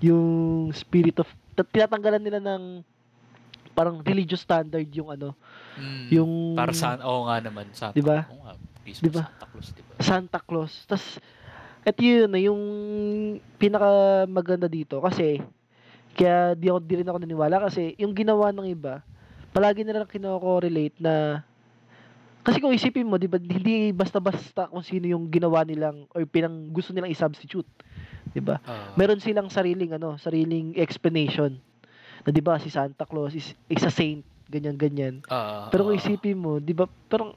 [SPEAKER 1] yung spirit of ta- tinatanggalan nila ng parang religious standard yung ano
[SPEAKER 2] Mm.
[SPEAKER 1] yung
[SPEAKER 2] Para sa, oo nga naman, Santa.
[SPEAKER 1] Di ba?
[SPEAKER 2] Oo nga, Christmas
[SPEAKER 1] Di ba?
[SPEAKER 2] Santa Claus, di ba?
[SPEAKER 1] Santa Claus tas at yun na yung pinaka maganda dito kasi kaya di ako di rin ako naniwala kasi yung ginawa ng iba palagi nila kino-correlate na kasi kung isipin mo, di ba, hindi basta-basta kung sino yung ginawa nilang or pinang gusto nilang i-substitute, di ba?
[SPEAKER 2] Oo.
[SPEAKER 1] Meron silang sariling ano, sariling explanation. Na di ba si Santa Claus is is a saint, ganyan ganyan.
[SPEAKER 2] Oo,
[SPEAKER 1] Pero kung
[SPEAKER 2] oo.
[SPEAKER 1] isipin mo, 'di ba, parang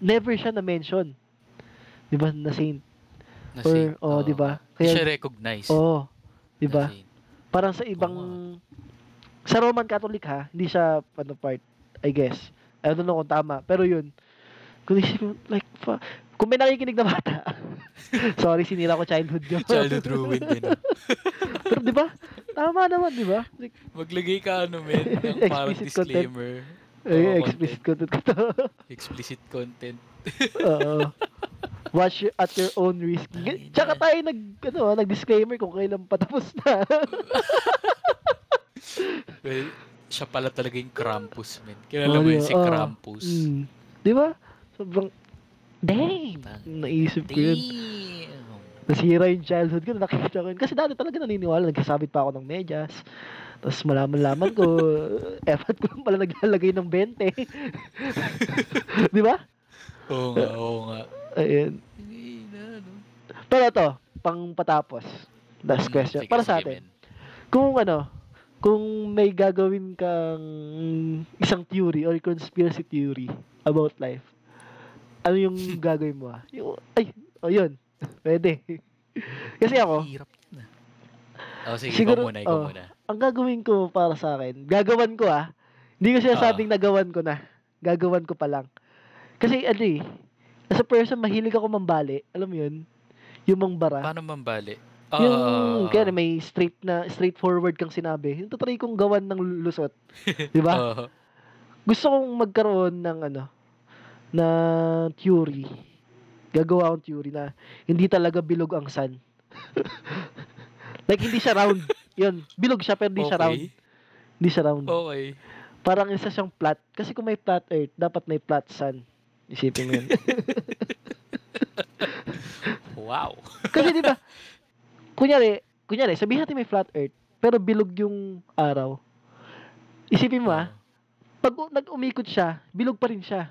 [SPEAKER 1] never siya na mention. 'Di ba, na saint
[SPEAKER 2] Na
[SPEAKER 1] or
[SPEAKER 2] saint,
[SPEAKER 1] oh,
[SPEAKER 2] oo.
[SPEAKER 1] 'di ba?
[SPEAKER 2] Hindi siya
[SPEAKER 1] Kaya
[SPEAKER 2] recognize.
[SPEAKER 1] oh, 'di
[SPEAKER 2] na
[SPEAKER 1] ba?
[SPEAKER 2] saint.
[SPEAKER 1] Parang sa ibang sa Roman Catholic ha, hindi siya ano part, I guess. I don't know kung tama, pero 'yun. Kung isipin mo, like fa- kung may nakikinig na bata. sorry, sinira ko childhood ko.
[SPEAKER 2] Childhood ruined din. ah.
[SPEAKER 1] pero 'di ba? Tama naman, 'di ba? Like,
[SPEAKER 2] Maglagay ka ano, men, ng parang
[SPEAKER 1] Explicit content.
[SPEAKER 2] disclaimer.
[SPEAKER 1] eh,
[SPEAKER 2] Oo,
[SPEAKER 1] explicit content ko to.
[SPEAKER 2] Explicit content.
[SPEAKER 1] Oo. Watch your- at your own risk. G- Tsaka tayo nag, ano, ah, nag-disclaimer kung kailan patapos na.
[SPEAKER 2] Well, siya pala talaga yung Krampus, men.
[SPEAKER 1] Oh,
[SPEAKER 2] Kilala mo yun
[SPEAKER 1] di-
[SPEAKER 2] si
[SPEAKER 1] oh.
[SPEAKER 2] Krampus.
[SPEAKER 1] Mm. Di ba? Sobrang, dang! Naisip ko yun.
[SPEAKER 2] Damn!
[SPEAKER 1] Nasira yung childhood ko, nakikita ko yun. Kasi dati talaga naniniwala, nagsasabit pa ako ng medyas. Tapos malaman-laman ko, effort ko lang pala naglalagay ng 20. Di ba?
[SPEAKER 2] Oo nga, oo nga.
[SPEAKER 1] Ayun.
[SPEAKER 2] Hindi na, no?
[SPEAKER 1] Pero to, pang patapos. Last
[SPEAKER 2] Mm,
[SPEAKER 1] question.
[SPEAKER 2] sige,
[SPEAKER 1] Para sa
[SPEAKER 2] sige,
[SPEAKER 1] atin.
[SPEAKER 2] men.
[SPEAKER 1] Kung ano, kung may gagawin kang isang theory or conspiracy theory about life, ano yung gagawin mo? ah? Yung, ay, o yun. Pwede. Kasi ako,
[SPEAKER 2] Hirap na. Oh, sige,
[SPEAKER 1] Siguro-
[SPEAKER 2] ikaw muna, ikaw
[SPEAKER 1] oh.
[SPEAKER 2] muna.
[SPEAKER 1] ang gagawin ko para sa akin, gagawan ko ah. Hindi ko
[SPEAKER 2] Ah.
[SPEAKER 1] sinasabing nagawan ko na. Gagawan ko pa lang. Kasi ano eh, as a person, mahilig ako mambali. Alam mo yun? Yung mangbara.
[SPEAKER 2] Paano mambali?
[SPEAKER 1] yung,
[SPEAKER 2] Ah,
[SPEAKER 1] kaya na may straight na, straightforward kang sinabi. Yung tatry kong gawan ng lusot. Di ba?
[SPEAKER 2] ah,
[SPEAKER 1] Gusto kong magkaroon ng ano, na theory. Gagawa akong theory na hindi talaga bilog ang sun. like, hindi siya round. Yun, bilog siya pero hindi siya round.
[SPEAKER 2] okay. Oh.
[SPEAKER 1] Hindi siya round.
[SPEAKER 2] Okay.
[SPEAKER 1] parang isa siyang flat. Kasi kung may flat earth, dapat may flat sun. Isipin mo yun.
[SPEAKER 2] Wow.
[SPEAKER 1] Kasi di ba, kunyari, kunyari, sabihin natin may flat earth, pero bilog yung araw. Isipin mo ah, pag u- nag-umikot siya, bilog pa rin siya.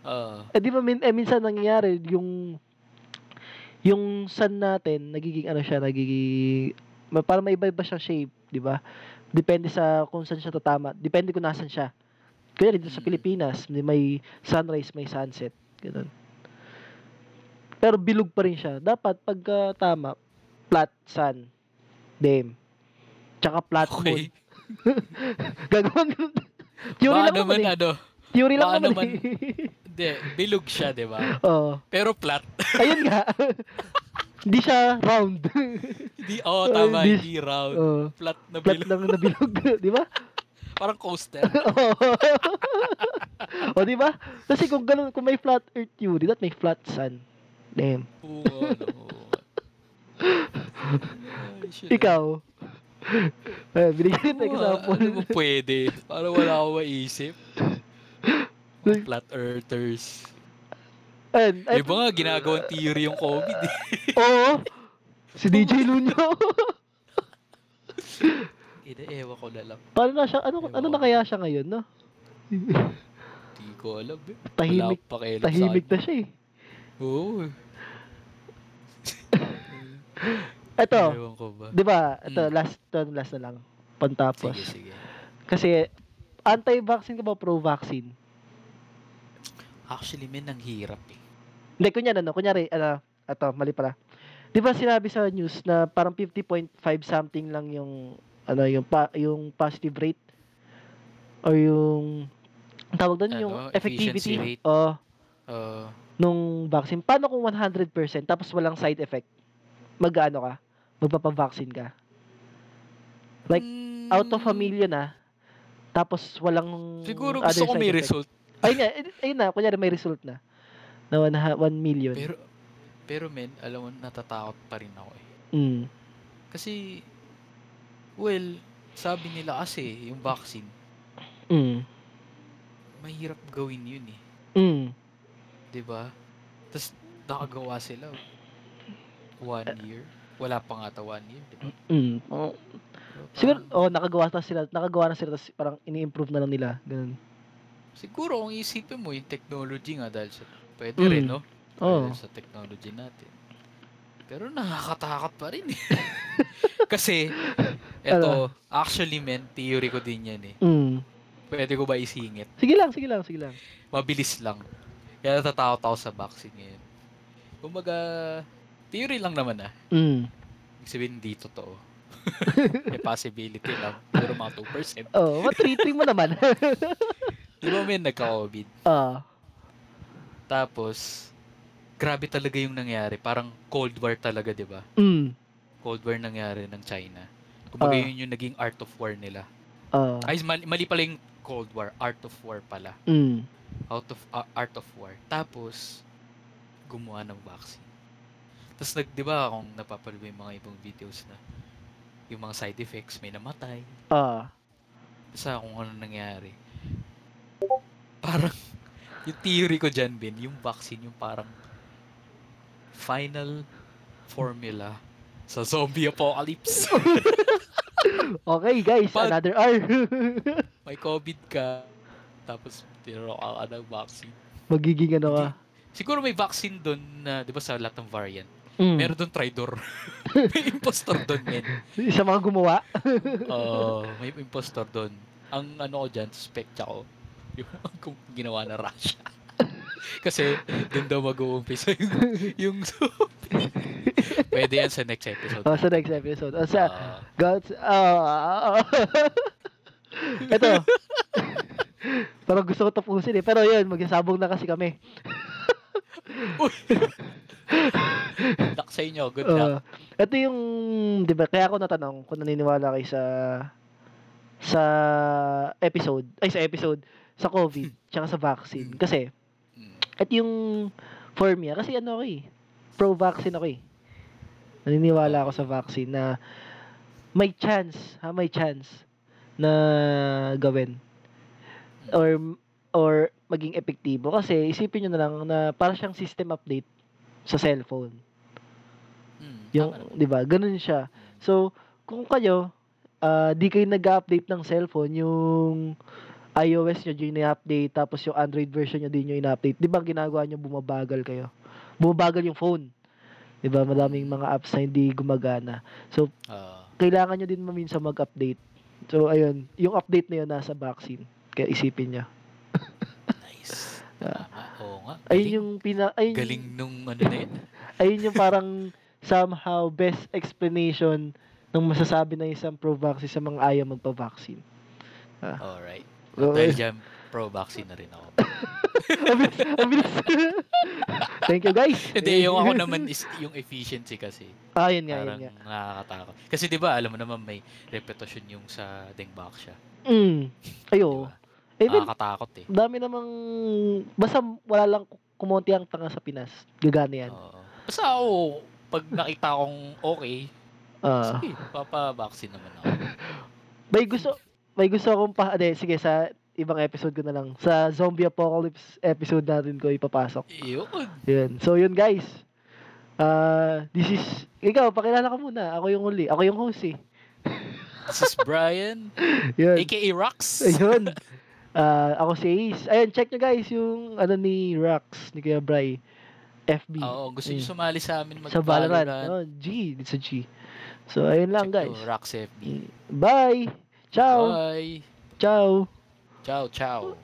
[SPEAKER 2] Ah,
[SPEAKER 1] Eh di ba, min- eh, minsan nangyayari yung yung sun natin, nagiging ano siya, nagiging, ma- parang may iba-iba siyang shape, di ba? Depende sa kung saan siya tatama. Depende kung nasan siya. Kaya dito sa
[SPEAKER 2] Mm.
[SPEAKER 1] Pilipinas, may- may sunrise, may sunset. Ganun. Pero bilog pa rin siya. Dapat pagka tama, flat sun. Damn. Tsaka flat moon.
[SPEAKER 2] okay.
[SPEAKER 1] Gagawin ko. Theory
[SPEAKER 2] Baka
[SPEAKER 1] lang
[SPEAKER 2] naman,
[SPEAKER 1] naman eh.
[SPEAKER 2] ano,
[SPEAKER 1] Theory lang
[SPEAKER 2] baka
[SPEAKER 1] naman,
[SPEAKER 2] naman-
[SPEAKER 1] eh.
[SPEAKER 2] hindi, bilog siya, di ba?
[SPEAKER 1] Oo.
[SPEAKER 2] Pero flat.
[SPEAKER 1] Ayun nga. Hindi siya round.
[SPEAKER 2] Hindi, oh,
[SPEAKER 1] Ay,
[SPEAKER 2] tama,
[SPEAKER 1] hindi-
[SPEAKER 2] hindi round.
[SPEAKER 1] Oo.
[SPEAKER 2] Flat na
[SPEAKER 1] flat
[SPEAKER 2] bilog.
[SPEAKER 1] lang na bilog. di ba?
[SPEAKER 2] Parang coaster.
[SPEAKER 1] Oo. o Oh, di ba? Kasi kung ganun, kung may flat earth theory, that may flat sun. Damn.
[SPEAKER 2] Oo, ano. oo. Ay, shit.
[SPEAKER 1] Ikaw. Eh, binigyan ng
[SPEAKER 2] Oo,
[SPEAKER 1] example.
[SPEAKER 2] Ano mo pwede? Para wala akong maisip. Mga Flat earthers.
[SPEAKER 1] Ayun. Ay,
[SPEAKER 2] Yung iba nga, ginagawang theory yung COVID. eh.
[SPEAKER 1] oo. Si DJ Lunyo.
[SPEAKER 2] Ina, ewan ko na lang.
[SPEAKER 1] Paano na siya? Ano, ano na kaya siya ngayon, no?
[SPEAKER 2] Hindi ko alam eh. Wala
[SPEAKER 1] Tahimik.
[SPEAKER 2] akong pakialam sa
[SPEAKER 1] Tahimik
[SPEAKER 2] akin.
[SPEAKER 1] na siya eh.
[SPEAKER 2] Oo. eh.
[SPEAKER 1] Eto.
[SPEAKER 2] Ewan ko ba?
[SPEAKER 1] Di ba? Ito,
[SPEAKER 2] Mm.
[SPEAKER 1] last, to, last na lang. Pantapos.
[SPEAKER 2] Sige, sige.
[SPEAKER 1] Kasi, anti-vaccine ka ba pro-vaccine?
[SPEAKER 2] Actually, men, ang hirap eh.
[SPEAKER 1] Hindi, kunyari, ano, kunyari, ano, ato, mali pala. Di ba sinabi sa news na parang 50.5 something lang yung, ano, yung, pa, yung positive rate? Or yung, ang tawag doon, yung
[SPEAKER 2] Ano, efficiency
[SPEAKER 1] effectivity
[SPEAKER 2] rate.
[SPEAKER 1] oh,
[SPEAKER 2] Uh,
[SPEAKER 1] nung vaccine. Paano kung 100% tapos walang side effect? Mag-ano ka? Magpapavaccine ka? Like,
[SPEAKER 2] mm,
[SPEAKER 1] Out of a million, ah. Tapos walang
[SPEAKER 2] Siguro
[SPEAKER 1] other
[SPEAKER 2] gusto ko
[SPEAKER 1] side
[SPEAKER 2] may
[SPEAKER 1] effect.
[SPEAKER 2] result.
[SPEAKER 1] Ayun nga, eh, ayun na, kunyari may result na. Na 1 million.
[SPEAKER 2] Pero, pero men, alam mo, natatakot pa rin ako eh.
[SPEAKER 1] mm.
[SPEAKER 2] Kasi, well, sabi nila kasi, yung vaccine,
[SPEAKER 1] Mm.
[SPEAKER 2] mahirap gawin yun eh.
[SPEAKER 1] Mm.
[SPEAKER 2] 'Di ba? Tapos, nakagawa sila. One
[SPEAKER 1] Eh.
[SPEAKER 2] year. Wala pa nga ta one year, di ba?
[SPEAKER 1] Mm. Oh,
[SPEAKER 2] Pero
[SPEAKER 1] siguro, oh,
[SPEAKER 2] parang-
[SPEAKER 1] nakagawa na sila, nakagawa na sila, tas parang ini-improve na lang nila. Ganun.
[SPEAKER 2] siguro, kung isipin mo yung technology nga dahil sa, pwede
[SPEAKER 1] Mm.
[SPEAKER 2] rin, no?
[SPEAKER 1] Oo.
[SPEAKER 2] Dahil sa technology natin. Pero nakakatakot pa rin eh. Kasi, eto, actually men, theory ko din yan eh.
[SPEAKER 1] Mm.
[SPEAKER 2] Pwede ko ba isingit?
[SPEAKER 1] Sige lang, sige lang, sige lang.
[SPEAKER 2] Mabilis lang. Kaya natatakot ako sa vaccine ngayon. Kumbaga, theory lang naman ah.
[SPEAKER 1] Mm.
[SPEAKER 2] Ibig sabihin, hindi totoo. May possibility lang. Pero mga 2%.
[SPEAKER 1] Oh, matriting mo naman.
[SPEAKER 2] Di ba, men, nagka-COVID?
[SPEAKER 1] Ah.
[SPEAKER 2] Tapos, grabe talaga yung nangyari. Parang Cold War talaga, di ba?
[SPEAKER 1] mm.
[SPEAKER 2] Cold War nangyari ng China. Kumbaga,
[SPEAKER 1] Ah.
[SPEAKER 2] yun yung naging art of war nila.
[SPEAKER 1] Ah.
[SPEAKER 2] Ay, mali, mali pala yung Cold War. Art of war pala.
[SPEAKER 1] Mm.
[SPEAKER 2] Out of, ah, art of war. Tapos, gumawa ng vaccine. Tapos, nag, di ba, kung napapalo mo yung mga ibang videos na yung mga side effects, may namatay,
[SPEAKER 1] Ah.
[SPEAKER 2] sa kung ano nangyari. Parang, yung theory ko dyan, Bin, yung vaccine, yung parang final formula sa zombie apocalypse.
[SPEAKER 1] Okay, guys,
[SPEAKER 2] Pag-
[SPEAKER 1] another hour.
[SPEAKER 2] May COVID ka, tapos tinuro ka ka ng vaccine.
[SPEAKER 1] Magiging ano ka.
[SPEAKER 2] Siguro may vaccine doon na, di ba sa lahat ng variant?
[SPEAKER 1] Mm.
[SPEAKER 2] Meron doon traitor. may impostor doon, men.
[SPEAKER 1] Isa mga gumawa.
[SPEAKER 2] Oo, may impostor doon. Ang ano ko dyan, suspect ako, yung kung ginawa na Russia. Kasi doon daw mag-uumpisa yung, yung zombie. Pwede yan sa next episode.
[SPEAKER 1] Oh, sa next episode. O sa
[SPEAKER 2] Ah,
[SPEAKER 1] God's... ah, ah, ah. Ito. Parang gusto ko tapusin eh. Pero yun, magsasabong na kasi kami.
[SPEAKER 2] uy! luck sa inyo. Good
[SPEAKER 1] Uh,
[SPEAKER 2] luck.
[SPEAKER 1] ito yung, di ba, kaya ako natanong kung naniniwala kayo sa sa episode, ay sa episode, sa COVID, tsaka sa vaccine.
[SPEAKER 2] Mm.
[SPEAKER 1] Kasi,
[SPEAKER 2] Mm.
[SPEAKER 1] ito yung for me, ah, kasi ano ako eh, pro-vaccine ako eh. Naniniwala ako sa vaccine na may chance, ha, may chance na gawin or or maging epektibo kasi isipin nyo na lang na para siyang system update sa cellphone.
[SPEAKER 2] Mm,
[SPEAKER 1] Oh. Yung,
[SPEAKER 2] tama naman.
[SPEAKER 1] 'di ba? Ganun siya. So, kung kayo ah, di kayo nag-update ng cellphone, yung iOS nyo di nyo update tapos yung Android version nyo di nyo in-update. 'Di ba ang ginagawa nyo bumabagal kayo? Bumabagal yung phone. 'Di ba? Madaming mga apps na hindi gumagana.
[SPEAKER 2] Ah,
[SPEAKER 1] Kailangan nyo din maminsan mag-update. So, ayun, yung update na yun nasa vaccine. Kaya isipin nyo.
[SPEAKER 2] nice.
[SPEAKER 1] Ah.
[SPEAKER 2] Tama. Oo nga.
[SPEAKER 1] Ayun yung pina ayun,
[SPEAKER 2] Galing nung ano na yun.
[SPEAKER 1] ayun yung parang somehow best explanation ng masasabi ng isang pro-vaccine sa mga ayaw magpa-vaccine.
[SPEAKER 2] Alright.
[SPEAKER 1] So,
[SPEAKER 2] Dahil dyan, pro-vaccine na rin ako.
[SPEAKER 1] ang bilis, ang bilis. Thank you, guys.
[SPEAKER 2] Hindi, yung ako naman is yung efficiency kasi.
[SPEAKER 1] Ah, yun nga, yun
[SPEAKER 2] Parang
[SPEAKER 1] nga.
[SPEAKER 2] nakakatakot. Kasi 'di ba, alam mo naman may reputasyon yung sa Dengbaksha.
[SPEAKER 1] Mm. Ayo.
[SPEAKER 2] Diba?
[SPEAKER 1] Eh, then,
[SPEAKER 2] Nakakatakot eh.
[SPEAKER 1] dami namang, basta wala lang ku- kumonti ang tanga sa Pinas. Gagana yan.
[SPEAKER 2] Oo. Basta ako, pag nakita kong okay,
[SPEAKER 1] Ah.
[SPEAKER 2] sige, papa-vaccine naman ako.
[SPEAKER 1] may gusto, may gusto akong pa, ade, sige, sa ibang episode ko na lang. Sa zombie apocalypse episode natin ko ipapasok.
[SPEAKER 2] Yun.
[SPEAKER 1] Yun. So, yun, guys. Ah, this is, ikaw, pakilala ka muna. Ako yung uli. Ako yung host, eh.
[SPEAKER 2] This is Brian,
[SPEAKER 1] Yun.
[SPEAKER 2] aka Rox.
[SPEAKER 1] Ayun. Ah, ako si Ace. Ayun, check nyo guys yung ano ni Rax, ni Kuya Bry. FB.
[SPEAKER 2] Oo, gusto niyo
[SPEAKER 1] Mm.
[SPEAKER 2] sumali sa amin mag
[SPEAKER 1] sa Valorant. Oh, G. It's a G. So, ayun lang guys.
[SPEAKER 2] Rox FB.
[SPEAKER 1] Bye! Ciao!
[SPEAKER 2] Bye.
[SPEAKER 1] Ciao!
[SPEAKER 2] Ciao, ciao.